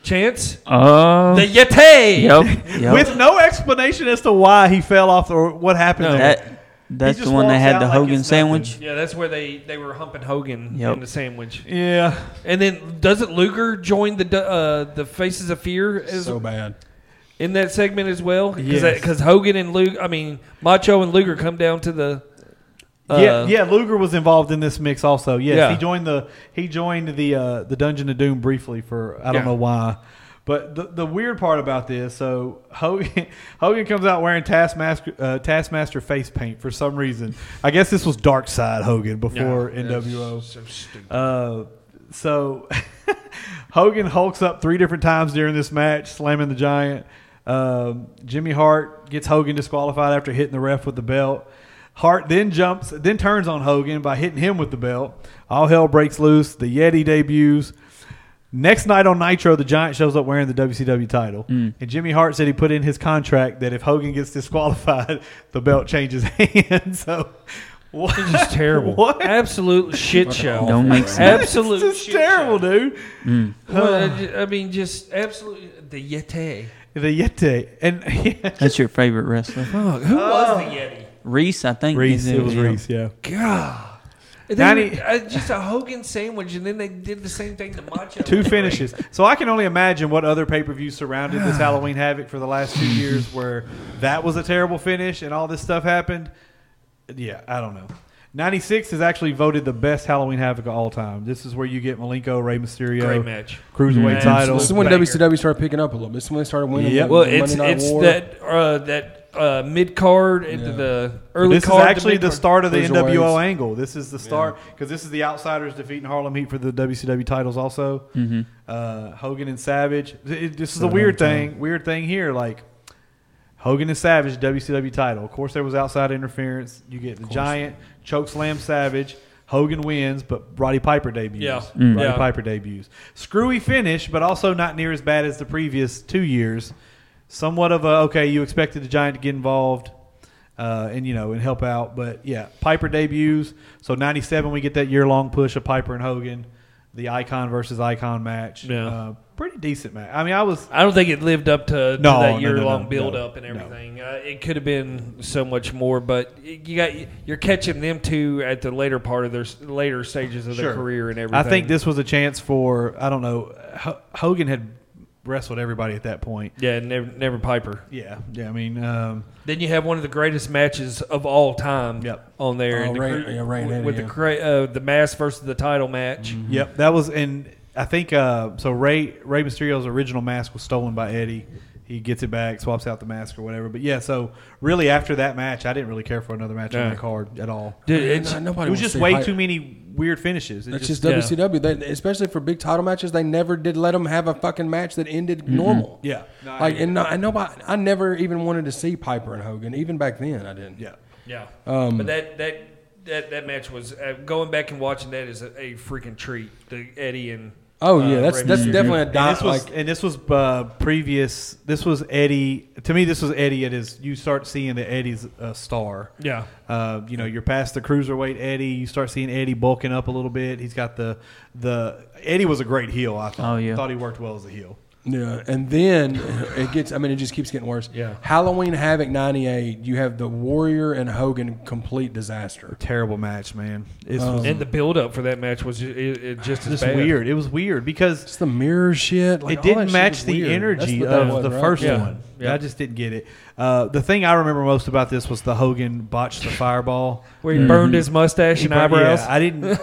Speaker 4: Chance
Speaker 3: Oh.
Speaker 4: the Yeti.
Speaker 3: Yep. yep.
Speaker 2: With no explanation as to why he fell off or what happened
Speaker 4: No.
Speaker 2: there.
Speaker 3: that, that's
Speaker 2: He
Speaker 3: the
Speaker 2: just
Speaker 3: one that
Speaker 2: walks
Speaker 3: had
Speaker 2: out
Speaker 3: the
Speaker 2: like it's
Speaker 3: Hogan
Speaker 2: nothing.
Speaker 3: sandwich.
Speaker 4: Yeah, that's where they, they were humping Hogan
Speaker 3: Yep.
Speaker 4: in the sandwich.
Speaker 2: yeah.
Speaker 4: And then doesn't Luger join the du- uh, the Faces of Fear as,
Speaker 1: So bad.
Speaker 4: in that segment as well? Because
Speaker 2: Yes.
Speaker 4: Hogan and Luger, I mean Macho and Luger come down to the uh,
Speaker 2: yeah, yeah. Luger was involved in this mix also. Yes,
Speaker 4: Yeah.
Speaker 2: he joined the he joined the uh, the Dungeon of Doom briefly for I don't
Speaker 4: Yeah.
Speaker 2: know why. But the, the weird part about this, so Hogan, Hogan comes out wearing Taskmaster uh, Taskmaster face paint for some reason. I guess this was Dark Side Hogan before
Speaker 4: Yeah, that's
Speaker 2: NWO.
Speaker 4: So stupid.
Speaker 2: Uh, so Hogan hulks up three different times during this match, slamming the giant. Um, Jimmy Hart gets Hogan disqualified after hitting the ref with the belt. Hart then jumps, then turns on Hogan by hitting him with the belt. All hell breaks loose. The Yeti debuts. Next night on Nitro, the Giant shows up wearing the WCW title,
Speaker 4: Mm.
Speaker 2: and Jimmy Hart said he put in his contract that if Hogan gets disqualified, the belt changes hands. So, what?
Speaker 4: It's just terrible.
Speaker 2: What?
Speaker 4: Absolute shit show.
Speaker 3: Don't make sense.
Speaker 4: Absolute
Speaker 2: It's just
Speaker 4: shit
Speaker 2: terrible,
Speaker 4: show.
Speaker 2: dude.
Speaker 4: Well, I ju- I mean, just absolutely the Yeti.
Speaker 2: The Yeti and
Speaker 3: That's your favorite wrestler.
Speaker 4: who was the Yeti?
Speaker 3: Reese, I think.
Speaker 2: Reese.
Speaker 3: is
Speaker 2: It was
Speaker 3: yeah.
Speaker 2: Reese. Yeah.
Speaker 4: God. They
Speaker 2: Ninety-
Speaker 4: were, uh, just a Hogan sandwich, and then they did the same thing to Macho.
Speaker 2: Two finishes. So I can only imagine what other pay per views surrounded this Halloween Havoc for the last two years, where that was a terrible finish and all this stuff happened. Yeah, I don't know. 96 is actually voted the best Halloween Havoc of all time. This is where you get Malenko, Rey Mysterio,
Speaker 4: Great match.
Speaker 2: Cruiserweight
Speaker 4: Yeah.
Speaker 2: title.
Speaker 1: This is when
Speaker 4: Banger.
Speaker 1: WCW started picking up a little bit. This is when they started winning.
Speaker 2: Yep.
Speaker 1: the
Speaker 4: Well,
Speaker 1: Monday
Speaker 4: it's
Speaker 1: Night
Speaker 4: it's
Speaker 1: War.
Speaker 4: that uh, that uh, mid card into
Speaker 1: Yeah.
Speaker 4: the early
Speaker 2: this is
Speaker 4: card. to
Speaker 2: actually the
Speaker 4: mid-card.
Speaker 2: start of the
Speaker 1: Cruiserweights.
Speaker 2: NWO angle. This is the start because this is the Outsiders defeating Harlem Heat for the WCW titles. Also, uh, Hogan and Savage. Th- it- this is a weird thing. Weird thing here, like Hogan and Savage WCW title. Of course, there was outside interference. You get the Giant choke slam Savage. Hogan wins, but Roddy Piper debuts.
Speaker 4: Yeah.
Speaker 2: Roddy
Speaker 4: Mm. Yeah.
Speaker 2: Piper debuts. Screwy finish, but also not near as bad as the previous two years. Somewhat of a okay. You expected the Giant to get involved, uh, and you know and help out, but yeah, Piper debuts. So '97, we get that year-long push of Piper and Hogan, the Icon versus Icon match.
Speaker 4: Yeah.
Speaker 2: Uh, pretty decent match. I mean, I was
Speaker 4: I don't think it lived up to, to
Speaker 2: No, no, no,
Speaker 4: that year long
Speaker 2: no,
Speaker 4: build
Speaker 2: no,
Speaker 4: up and
Speaker 2: no.
Speaker 4: everything. Uh, it could have been so much more, but you got you're catching them two at the later part of their s- later stages of
Speaker 2: Sure.
Speaker 4: their career and
Speaker 2: I
Speaker 4: everything.
Speaker 2: think this was a chance for I don't know. H- Hogan had wrestled everybody at that point.
Speaker 4: yeah, never never Piper.
Speaker 2: Yeah, yeah. I mean, um,
Speaker 4: Then you have one of the greatest matches of all time
Speaker 2: Yep.
Speaker 4: on there
Speaker 1: Oh,
Speaker 4: in the
Speaker 1: Ray-
Speaker 4: cru-
Speaker 1: yeah, Ray
Speaker 4: with,
Speaker 1: had it,
Speaker 4: with the
Speaker 1: yeah. Mm-hmm.
Speaker 4: cra- uh, the mask versus the title match.
Speaker 2: yep. That was and I think uh, so. Ray Ray Mysterio's original mask was stolen by Eddie. He gets it back, swaps out the mask or whatever. But yeah, so really after that match, I didn't really care for another match on
Speaker 4: Yeah.
Speaker 2: the card at all.
Speaker 4: Dude,
Speaker 1: Man,
Speaker 4: it's,
Speaker 1: no- nobody
Speaker 2: It was
Speaker 1: wants
Speaker 2: just
Speaker 1: to see
Speaker 2: way
Speaker 1: Piper.
Speaker 2: too many weird finishes. It
Speaker 1: That's
Speaker 2: just-
Speaker 1: just,
Speaker 4: yeah.
Speaker 1: WCW. They, especially for big title matches, they never did let them have a fucking match that ended normal.
Speaker 2: Yeah. No, I
Speaker 1: like
Speaker 2: agree.
Speaker 1: and no, and nobody. I never even wanted to see Piper and Hogan. Even back then, I didn't.
Speaker 2: yeah.
Speaker 4: yeah.
Speaker 1: Um,
Speaker 4: but that that that that match was uh, going back and watching that is a, a freaking treat. The Eddie and
Speaker 1: Oh
Speaker 4: uh,
Speaker 1: yeah, that's
Speaker 4: Ray
Speaker 1: that's
Speaker 4: Mysterio.
Speaker 1: definitely a
Speaker 2: And
Speaker 1: dot.
Speaker 2: this was
Speaker 1: Like
Speaker 2: and this was uh, previous. This was Eddie. To me, this was Eddie at his. You start seeing the Eddie's uh, star.
Speaker 4: yeah.
Speaker 2: Uh, you know, you're past the cruiserweight Eddie. You start seeing Eddie bulking up a little bit. He's got the the Eddie was a great heel. I thought.
Speaker 3: Oh, yeah.
Speaker 2: Thought he worked well as a heel.
Speaker 1: yeah, and then it gets. I mean, it just keeps getting worse.
Speaker 4: Yeah.
Speaker 1: Halloween Havoc '98. You have the Warrior and Hogan complete disaster.
Speaker 2: Terrible match, man. It
Speaker 1: Oh.
Speaker 2: was
Speaker 4: And the build up for that match was ju- it, it just as
Speaker 2: just
Speaker 4: bad.
Speaker 2: weird. It was weird because
Speaker 1: It's the mirror shit. Like,
Speaker 2: it
Speaker 1: all that
Speaker 2: didn't
Speaker 1: shit
Speaker 2: match
Speaker 1: was
Speaker 2: the
Speaker 1: weird.
Speaker 2: energy
Speaker 1: That's what that
Speaker 2: of
Speaker 1: was,
Speaker 2: the
Speaker 1: right?
Speaker 2: first
Speaker 4: Yeah.
Speaker 2: one.
Speaker 4: Yeah.
Speaker 2: I just didn't get it. Uh, the thing I remember most about this was the Hogan botched the fireball.
Speaker 4: Where he
Speaker 1: Mm-hmm.
Speaker 4: burned his mustache and
Speaker 2: Yeah,
Speaker 4: eyebrows.
Speaker 2: I didn't.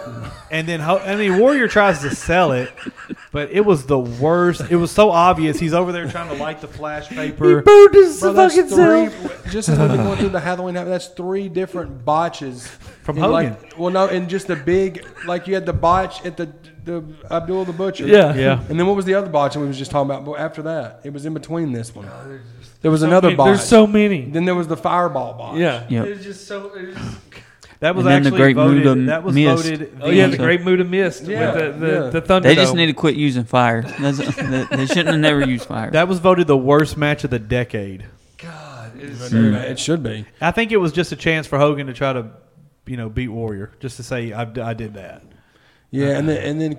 Speaker 2: And then Ho- I mean, Warrior tries to sell it, but it was the worst. It was so obvious. He's over there trying to light the flash paper.
Speaker 3: Booed his
Speaker 1: Bro, that's three, just as we've been going through the Halloween, Havoc, that's three different botches
Speaker 2: From
Speaker 1: And, like,
Speaker 2: Hogan.
Speaker 1: well, no, and just the big, like you had the botch at the the Abdul the Butcher.
Speaker 4: Yeah.
Speaker 2: Yeah.
Speaker 1: And then what was the other botch that we was just talking about? But after that, it was in between this one. There was another
Speaker 4: There's
Speaker 1: botch.
Speaker 4: so many.
Speaker 1: Then there was the fireball botch.
Speaker 4: Yeah.
Speaker 3: Yep.
Speaker 4: It was just so. It was
Speaker 2: That was
Speaker 3: And then the
Speaker 2: actually
Speaker 3: Great
Speaker 2: voted.
Speaker 3: Muda
Speaker 2: that was
Speaker 3: missed.
Speaker 2: voted. The,
Speaker 4: oh yeah, the
Speaker 3: So-
Speaker 4: great mood of mist
Speaker 1: Yeah,
Speaker 4: with the the,
Speaker 1: yeah.
Speaker 4: the thunder.
Speaker 3: They
Speaker 2: uh,
Speaker 3: just need to quit using fire. That's, they, they shouldn't have never used fire.
Speaker 2: That was voted the worst match of the decade.
Speaker 4: God. it
Speaker 1: It
Speaker 4: is-
Speaker 1: should be. It should be.
Speaker 2: I think it was just a chance for Hogan to try to, you know, beat Warrior, just to say I, I did that.
Speaker 1: Yeah, and
Speaker 4: Uh-huh.
Speaker 1: then and then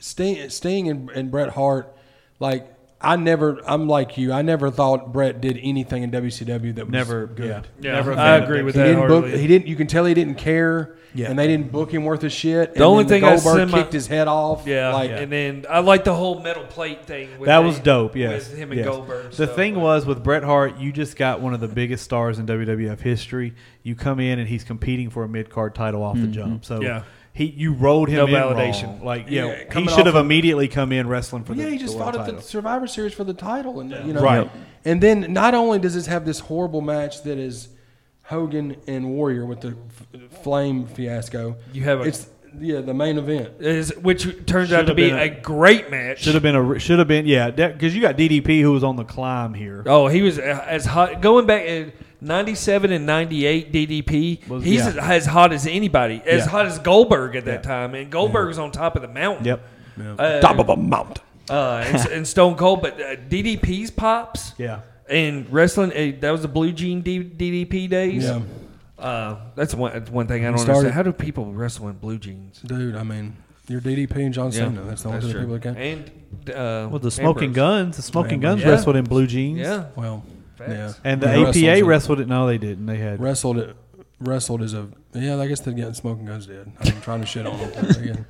Speaker 1: Sting, Sting and, and Bret Hart, like I never, I'm like you, I never thought Bret did anything in WCW that was
Speaker 2: Never
Speaker 1: good.
Speaker 2: Yeah,
Speaker 4: Yeah,
Speaker 2: never a
Speaker 4: I
Speaker 2: fan of
Speaker 4: agree
Speaker 2: that.
Speaker 4: with
Speaker 1: He
Speaker 4: that
Speaker 1: didn't book.
Speaker 4: hardly.
Speaker 1: He didn't. You can tell he didn't care.
Speaker 2: Yeah.
Speaker 1: And they didn't book him worth a shit. and
Speaker 4: only
Speaker 1: then
Speaker 4: thing I
Speaker 1: Goldberg
Speaker 4: semi-
Speaker 1: kicked his head off.
Speaker 4: Yeah,
Speaker 1: Like,
Speaker 4: and then I like the whole metal plate thing. With
Speaker 2: That
Speaker 4: the-
Speaker 2: was dope. Yes,
Speaker 4: with him and
Speaker 2: yes.
Speaker 4: Goldberg. and
Speaker 2: The
Speaker 4: stuff,
Speaker 2: thing
Speaker 4: but-
Speaker 2: was with Bret Hart, you just got one of the biggest stars in WWF history. You come in and he's competing for a mid card title off the jump. So
Speaker 4: Yeah.
Speaker 2: he you rolled him
Speaker 4: No
Speaker 2: in
Speaker 4: validation.
Speaker 2: wrong. Like yeah,
Speaker 1: Yeah,
Speaker 2: he
Speaker 1: coming
Speaker 2: should
Speaker 1: off
Speaker 2: have
Speaker 1: of-
Speaker 2: immediately come in wrestling for the
Speaker 1: Yeah, he just
Speaker 2: the
Speaker 1: fought
Speaker 2: world
Speaker 1: at the
Speaker 2: title.
Speaker 1: Survivor Series for the title, and you know,
Speaker 2: Right.
Speaker 1: And then not only does this have this horrible match that is Hogan and Warrior with the f- flame fiasco.
Speaker 4: You have a-
Speaker 1: it's yeah the main event.
Speaker 4: is which turns out
Speaker 2: Should
Speaker 4: to
Speaker 2: have
Speaker 4: be
Speaker 2: been
Speaker 4: a,
Speaker 2: a-
Speaker 4: great match.
Speaker 2: Should have been a should have been yeah because you got DDP who was on the climb here.
Speaker 4: Oh, he was uh, as hot going back in '97 and '98 DDP.
Speaker 2: Was-
Speaker 4: he's
Speaker 2: yeah.
Speaker 4: as hot as anybody, as
Speaker 2: Yeah.
Speaker 4: hot as Goldberg at that
Speaker 2: Yeah.
Speaker 4: time, and Goldberg was on top of the mountain.
Speaker 2: Yep.
Speaker 4: Uh,
Speaker 1: Top of a mountain.
Speaker 4: uh, and, and Stone Cold, but uh, DDP's pops.
Speaker 2: Yeah.
Speaker 4: And wrestling, uh, that was the blue jean D- DDP days.
Speaker 1: Yeah,
Speaker 4: Uh, that's one that's one thing I don't
Speaker 1: started-
Speaker 4: understand. How do people wrestle in blue jeans?
Speaker 1: dude. I mean, your DDP and John Cena. That's the only two people that can.
Speaker 4: And uh,
Speaker 2: Well, the Smoking
Speaker 4: Ambrose.
Speaker 2: Guns, the Smoking Guns
Speaker 4: Yeah.
Speaker 2: wrestled in blue jeans.
Speaker 4: Yeah.
Speaker 1: Well,
Speaker 4: Facts.
Speaker 1: yeah.
Speaker 2: And the
Speaker 1: Yeah,
Speaker 2: APA
Speaker 1: wrestled-
Speaker 2: wrestled it. No, they didn't. They had
Speaker 1: wrestled it wrestled is a yeah i guess the yeah, smoking guns did i'm trying to shit on them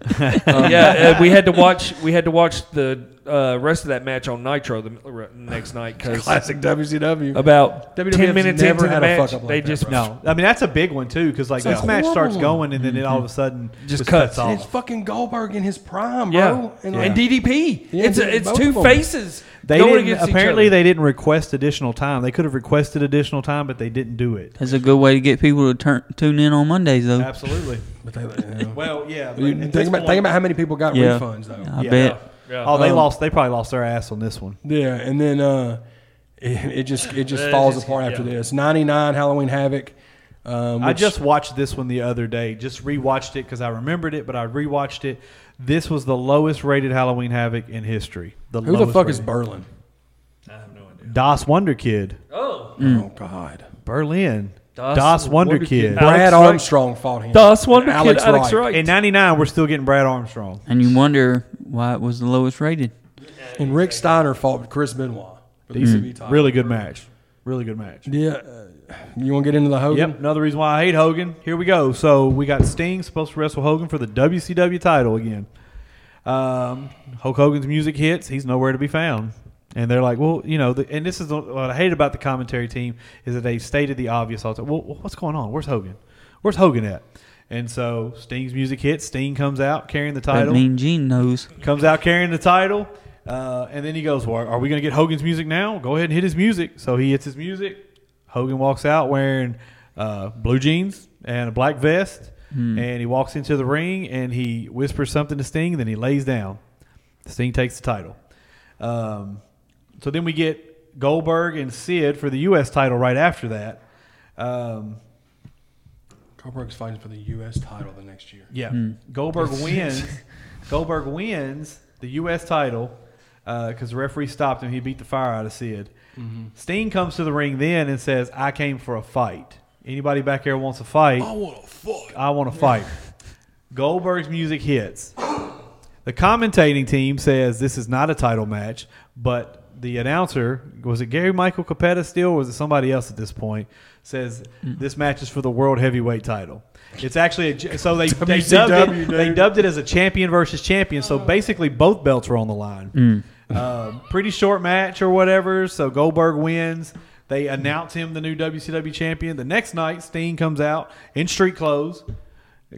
Speaker 2: Um,
Speaker 4: yeah, uh, we had to watch. We had to watch the uh, rest of that match on Nitro the r- next night because
Speaker 1: Classic WCW.
Speaker 4: about
Speaker 1: WWF 's
Speaker 4: ten minutes
Speaker 1: never
Speaker 4: into the
Speaker 1: had a
Speaker 4: match,
Speaker 1: fuck-up like
Speaker 4: they
Speaker 1: that,
Speaker 4: just
Speaker 1: bro.
Speaker 2: No, I mean that's a big one too, because like
Speaker 1: It's
Speaker 2: this
Speaker 1: a
Speaker 2: match starts
Speaker 1: horrible
Speaker 2: going, and then it all of a sudden
Speaker 4: Just cuts.
Speaker 1: And it's
Speaker 2: off.
Speaker 1: fucking Goldberg in his prime, bro.
Speaker 4: yeah,
Speaker 1: And,
Speaker 4: and,
Speaker 1: like,
Speaker 4: DDP.
Speaker 1: Yeah,
Speaker 4: it's
Speaker 1: dude,
Speaker 4: a, it's
Speaker 1: both
Speaker 4: two
Speaker 1: of 'em.
Speaker 4: faces
Speaker 2: They
Speaker 4: going
Speaker 2: didn't,
Speaker 4: against each
Speaker 2: apparently
Speaker 4: other.
Speaker 2: they didn't request additional time. They could have requested additional time, but they didn't do it.
Speaker 3: That's a good way to get people to turn tune in on Mondays, though.
Speaker 2: Absolutely.
Speaker 1: but they- yeah.
Speaker 2: well, yeah. but
Speaker 1: You
Speaker 2: at
Speaker 1: think,
Speaker 2: this
Speaker 1: about,
Speaker 2: point-
Speaker 1: think about how many people got
Speaker 3: Yeah.
Speaker 1: refunds, though.
Speaker 3: I
Speaker 2: Yeah.
Speaker 3: bet.
Speaker 4: Yeah.
Speaker 2: Oh, they
Speaker 1: Um,
Speaker 2: lost. They probably lost their ass on this one.
Speaker 1: Yeah, and then uh, it, it just it just
Speaker 4: It
Speaker 1: falls
Speaker 4: just-
Speaker 1: apart after
Speaker 4: yeah.
Speaker 1: this. Ninety nine Halloween Havoc. Um,
Speaker 2: I
Speaker 1: which-
Speaker 2: just watched this one the other day. Just rewatched it because I remembered it, but I rewatched it. This was the lowest rated Halloween Havoc in history. The
Speaker 1: who the
Speaker 2: lowest
Speaker 1: fuck is
Speaker 2: rated.
Speaker 1: Berlin?
Speaker 4: I have no idea.
Speaker 2: Das Wonder Kid?
Speaker 4: Oh,
Speaker 1: Oh God,
Speaker 2: Berlin. Das,
Speaker 4: Das
Speaker 2: Wonder, Kid.
Speaker 4: Alex
Speaker 1: Brad
Speaker 4: Wright.
Speaker 1: Armstrong fought him.
Speaker 4: Das Wonder
Speaker 1: And Alex
Speaker 4: Kid, Alex
Speaker 1: Wright.
Speaker 4: Wright.
Speaker 2: In '99, we're still getting Brad Armstrong.
Speaker 3: And you wonder why it was the lowest rated.
Speaker 1: and Rick Steiner fought Chris Benoit. For the ECW title.
Speaker 2: Mm, Really good match. Really good match.
Speaker 1: Yeah. uh, you want to get into the Hogan?
Speaker 2: Yep. Another reason why I hate Hogan. Here we go. So we got Sting supposed to wrestle Hogan for the WCW title again. Um, Hulk Hogan's music hits. He's nowhere to be found. And they're like, well, you know, the, and this is what I hate about the commentary team is that they stated the obvious all the time. Well, what's going on? Where's Hogan? Where's Hogan at? And so Sting's music hits. Sting comes out carrying the
Speaker 3: That
Speaker 2: title.
Speaker 3: mean Gene knows.
Speaker 2: comes out carrying the title, uh, and then he goes, well, "Are we going to get Hogan's music now? Go ahead and hit his music." So he hits his music. Hogan walks out wearing uh, blue jeans and a black vest, and he walks into the ring and he whispers something to Sting. Then he lays down. Sting takes the title. Um, so then we get Goldberg and Sid for the U.S. title right after that. Um,
Speaker 1: Goldberg's fighting for the U.S. title the next year.
Speaker 2: yeah. Goldberg wins. Goldberg wins the U.S. title because the referee stopped him. He beat the fire out of Sid. Steen comes to the ring then and says, I came for a fight. Anybody back here wants a fight?
Speaker 1: want to fuck.
Speaker 2: I want to fight. Goldberg's music hits. The commentating team says this is not a title match, but the announcer was it Gary Michael Capetta still, or was it somebody else at this point? Says this match is for the world heavyweight title. It's actually a, j- so they they dubbed,
Speaker 1: WCW,
Speaker 2: it, they
Speaker 1: dude.
Speaker 2: dubbed it as a champion versus champion. So basically, both belts were on the line. Um, pretty short match or whatever. So Goldberg wins. They announce him the new WCW champion. The next night, Steen comes out in street clothes,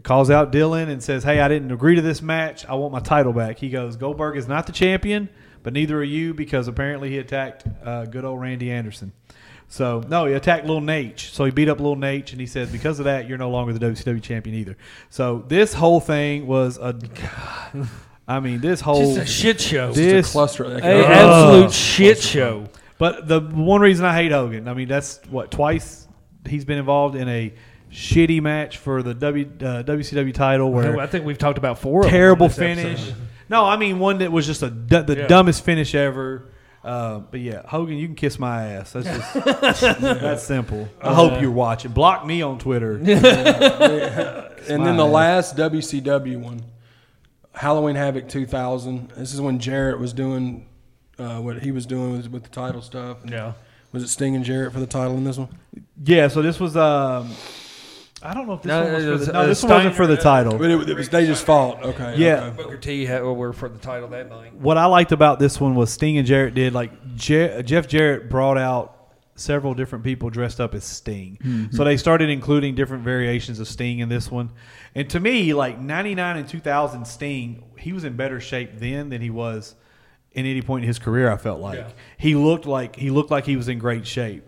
Speaker 2: calls out Dylan and says, "Hey, I didn't agree to this match. I want my title back." He goes, "Goldberg is not the champion, but neither are you because apparently he attacked uh, good old Randy Anderson." So no, he attacked Lil Nate. So he beat up Lil Nate, and he says, "Because of that, you're no longer the WCW champion either." So this whole thing was a, I mean, this whole
Speaker 4: just a shit show.
Speaker 2: Dude.
Speaker 1: It's
Speaker 2: This-
Speaker 1: a cluster. uh,
Speaker 4: A
Speaker 1: Ugh.
Speaker 2: Oh.
Speaker 4: absolute shit show.
Speaker 2: But the one reason I hate Hogan, I mean, that's what twice he's been involved in a shitty match for the w, uh, WCW title
Speaker 4: I
Speaker 2: where
Speaker 4: think we've talked about four. of them
Speaker 2: terrible
Speaker 4: in this episode.
Speaker 2: finish. No, I mean one that was just a du- the
Speaker 4: Yeah.
Speaker 2: dumbest finish ever. Uh, but yeah, Hogan, you can kiss my ass. That's just that's simple.
Speaker 4: Uh,
Speaker 2: I hope you're watching. Block me on Twitter.
Speaker 1: And then the
Speaker 2: Smile.
Speaker 1: last WCW one, Halloween Havoc 2000. This is when Jarrett was doing uh, what he was doing with, with the title stuff.
Speaker 4: Yeah.
Speaker 1: Was it Sting and Jarrett for the title in this one?
Speaker 2: yeah, so this was um, I don't know if this
Speaker 4: No,
Speaker 2: one was
Speaker 4: it
Speaker 2: for
Speaker 4: was,
Speaker 2: the, no,
Speaker 4: uh,
Speaker 2: this
Speaker 4: Steiner
Speaker 2: wasn't for the
Speaker 4: and-
Speaker 2: title.
Speaker 1: But it, it was, they just fought. Okay.
Speaker 2: Yeah.
Speaker 1: okay.
Speaker 4: Booker T had, were for the title that night.
Speaker 2: what I liked about this one was Sting and Jarrett did like Je- Jeff Jarrett brought out several different people dressed up as Sting.
Speaker 4: Mm-hmm.
Speaker 2: So they started including different variations of Sting in this one. And to me, like 99 and 2000 Sting, he was in better shape then than he was in any point in his career I felt like.
Speaker 4: Yeah.
Speaker 2: He looked like he looked like he was in great shape.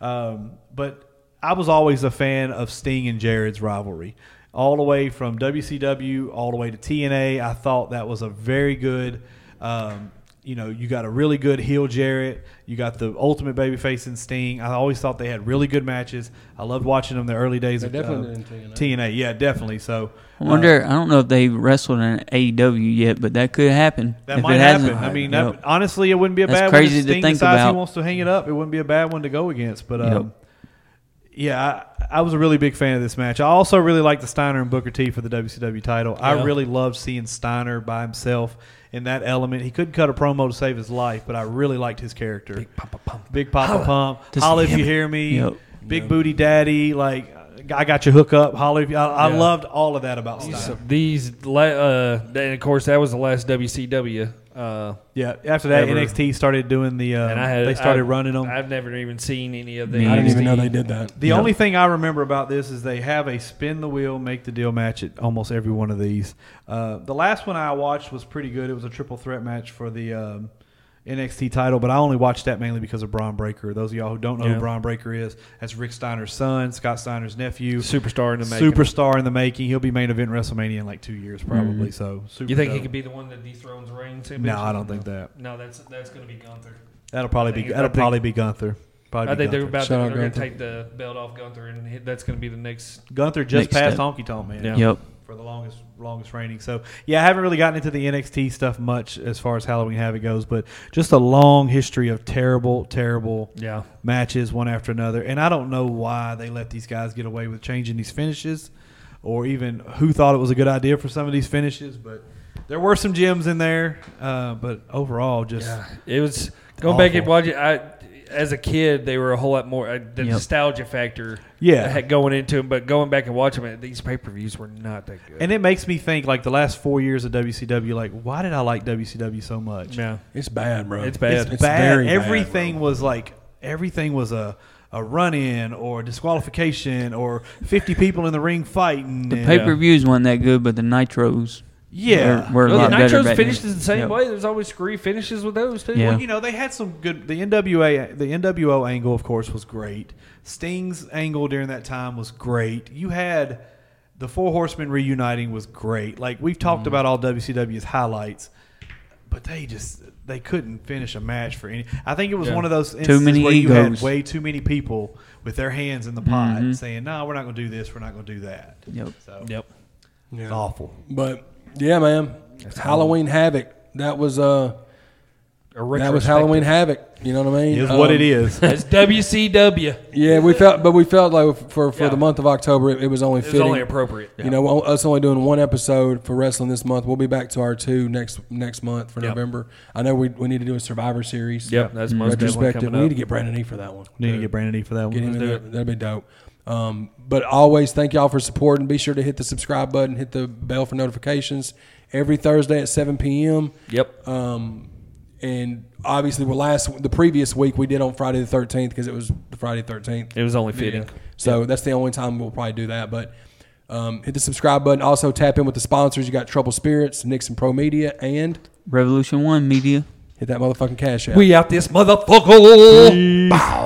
Speaker 2: Um, but I was always a fan of Sting and Jared's rivalry. All the way from WCW, all the way to TNA, I thought that was a very good. Um, you know, you got a really good heel Jarrett. You got the ultimate babyface in Sting. I always thought they had really good matches. I loved watching them the early days
Speaker 1: They
Speaker 2: of
Speaker 1: definitely
Speaker 2: uh,
Speaker 1: did in TNA.
Speaker 2: TNA. Yeah, definitely. So
Speaker 3: I wonder. I don't know if they wrestled in AEW yet, but that could happen.
Speaker 2: That
Speaker 3: if
Speaker 2: might
Speaker 3: it
Speaker 2: happen.
Speaker 3: hasn't. uh,
Speaker 2: I mean,
Speaker 3: Yep.
Speaker 2: that, honestly, it wouldn't be a
Speaker 3: That's
Speaker 2: bad
Speaker 3: crazy
Speaker 2: one.
Speaker 3: to
Speaker 2: If Sting
Speaker 3: think
Speaker 2: decides
Speaker 3: about.
Speaker 2: he wants to hang it up, it wouldn't be a bad one to go against. But um, yeah, I, I was a really big fan of this match. I also really liked the Steiner and Booker T for the WCW title. I
Speaker 4: Yeah.
Speaker 2: really loved seeing Steiner by himself in that element. He couldn't cut a promo to save his life, but I really liked his character. Big Papa Pump. Big Papa Pump.
Speaker 3: Does
Speaker 2: Holla
Speaker 3: he
Speaker 2: if you
Speaker 3: have it?
Speaker 2: hear me.
Speaker 3: Yep.
Speaker 2: Big Booty Daddy. Like, I got your hook up. Holla if you. I, I
Speaker 1: Yeah.
Speaker 2: loved all of that about Steiner.
Speaker 4: These, la- uh, and of course, that was the last WCW Uh,
Speaker 2: Yeah, after that,
Speaker 4: Ever.
Speaker 2: NXT started doing the. Uh,
Speaker 4: and I had
Speaker 2: they started
Speaker 4: I've-
Speaker 2: running them.
Speaker 4: I've never even seen any of the.
Speaker 3: Me
Speaker 1: I didn't even
Speaker 4: NXT.
Speaker 1: know they did that.
Speaker 2: the only thing I remember about this is they have a spin the wheel, make the deal match at almost every one of these. Uh, the last one I watched was pretty good. It was a triple threat match for the um, NXT title, but I only watched that mainly because of Braun Breaker. Those of y'all who don't know
Speaker 4: Yeah.
Speaker 2: who Braun Breaker is, that's Rick Steiner's son, Scott Steiner's nephew,
Speaker 4: superstar in the making. Mm-hmm.
Speaker 2: superstar in the making. He'll be main event WrestleMania in like two years probably. So super
Speaker 4: You think he
Speaker 2: dope.
Speaker 4: could be the one that dethrones Reigns?
Speaker 2: No, I don't think that.
Speaker 4: No, that's that's going to be Gunther.
Speaker 2: That'll probably
Speaker 4: I
Speaker 2: be
Speaker 4: think- I
Speaker 2: that'll
Speaker 4: think-
Speaker 2: probably be Gunther. Probably
Speaker 4: I
Speaker 2: be
Speaker 4: think they're
Speaker 2: Gunther.
Speaker 4: about
Speaker 1: Shout
Speaker 4: to,
Speaker 1: out
Speaker 4: they're going to
Speaker 1: Gunther.
Speaker 4: take the belt off Gunther, and he- that's going to be the next.
Speaker 2: Gunther just
Speaker 3: Next
Speaker 2: passed
Speaker 3: step.
Speaker 2: Honky Tonk Man.
Speaker 4: Yeah.
Speaker 3: Yep.
Speaker 2: For the longest, longest reigning. So yeah, I haven't really gotten into the NXT stuff much as far as Halloween Havoc goes, but just a long history of terrible, terrible
Speaker 4: Yeah.
Speaker 2: matches one after another. And I don't know why they let these guys get away with changing these finishes, or even who thought it was a good idea for some of these finishes. But there were some gems in there. Uh, but overall, just
Speaker 4: It was going back and
Speaker 2: awful.
Speaker 4: watching. I, as a kid, they were a whole lot more uh, the
Speaker 3: Yep.
Speaker 4: nostalgia factor.
Speaker 2: Yeah.
Speaker 4: had going into them, but going back and watching them, these pay per views were not that good.
Speaker 2: And it makes me think, like the last four years of WCW, like why did I like WCW so much?
Speaker 4: yeah,
Speaker 1: It's bad, bro.
Speaker 4: It's bad.
Speaker 2: It's bad.
Speaker 1: very bad, bro.
Speaker 2: everything was like everything was a a run in or disqualification or fifty people in the ring fighting.
Speaker 3: The
Speaker 2: and-
Speaker 3: pay per views weren't that good, but the nitros
Speaker 2: yeah.
Speaker 3: were, were a
Speaker 4: Well,
Speaker 3: lot
Speaker 4: the
Speaker 3: better.
Speaker 4: Nitros
Speaker 3: back
Speaker 4: finished
Speaker 3: then.
Speaker 4: the same
Speaker 3: Yep.
Speaker 4: way. There's always three finishes with those too.
Speaker 3: Yeah.
Speaker 2: Well, you know, they had some good. The NWA, the NWO angle, of course, was great. Sting's angle during that time was great. You had the Four Horsemen reuniting was great. Like we've talked about all WCW's highlights, but they just they couldn't finish a match for any. I think it was
Speaker 4: Yeah.
Speaker 2: one of those instances
Speaker 3: many
Speaker 2: where you had
Speaker 3: egos.
Speaker 2: way too many people with their hands in the pot saying, "No, we're not going to do this. We're not going to do that."
Speaker 3: Yep.
Speaker 2: So
Speaker 4: Yep.
Speaker 2: it's awful.
Speaker 1: But yeah, man, Halloween Havoc. That was uh, that was Halloween Havoc. You know what I mean?
Speaker 2: Is what
Speaker 1: Um,
Speaker 2: it is.
Speaker 4: That's WCW.
Speaker 1: Yeah, we felt, but we felt like for for
Speaker 4: Yeah.
Speaker 1: the month of October, it, it was only
Speaker 4: It was
Speaker 1: fitting.
Speaker 4: only appropriate.
Speaker 1: You know, us only doing one episode for wrestling this month. We'll be back to our two next next month for
Speaker 4: Yep.
Speaker 1: November. I know we, we need to do a Survivor Series.
Speaker 4: Yep, that's most definitely
Speaker 1: retrospective.
Speaker 4: coming
Speaker 1: We need
Speaker 4: up.
Speaker 1: to get Brandon E for that one.
Speaker 2: Need to get Brandon E for that one.
Speaker 1: Get him in
Speaker 4: do
Speaker 1: there. That'd be dope. Um, but always thank y'all for supporting. Be sure to hit the subscribe button, hit the bell for notifications every Thursday at 7 p.m.
Speaker 4: Yep.
Speaker 1: Um, and obviously, well, last the previous week we did on Friday the 13th because it was the Friday 13th.
Speaker 4: It was only fitting.
Speaker 1: So that's the only time we'll probably do that. But um, hit the subscribe button. Also tap in with the sponsors. You got Trouble Spirits, Nixon Pro Media, and
Speaker 3: Revolution One Media.
Speaker 1: hit that motherfucking cash app.
Speaker 4: We out this motherfucker.
Speaker 1: Bow.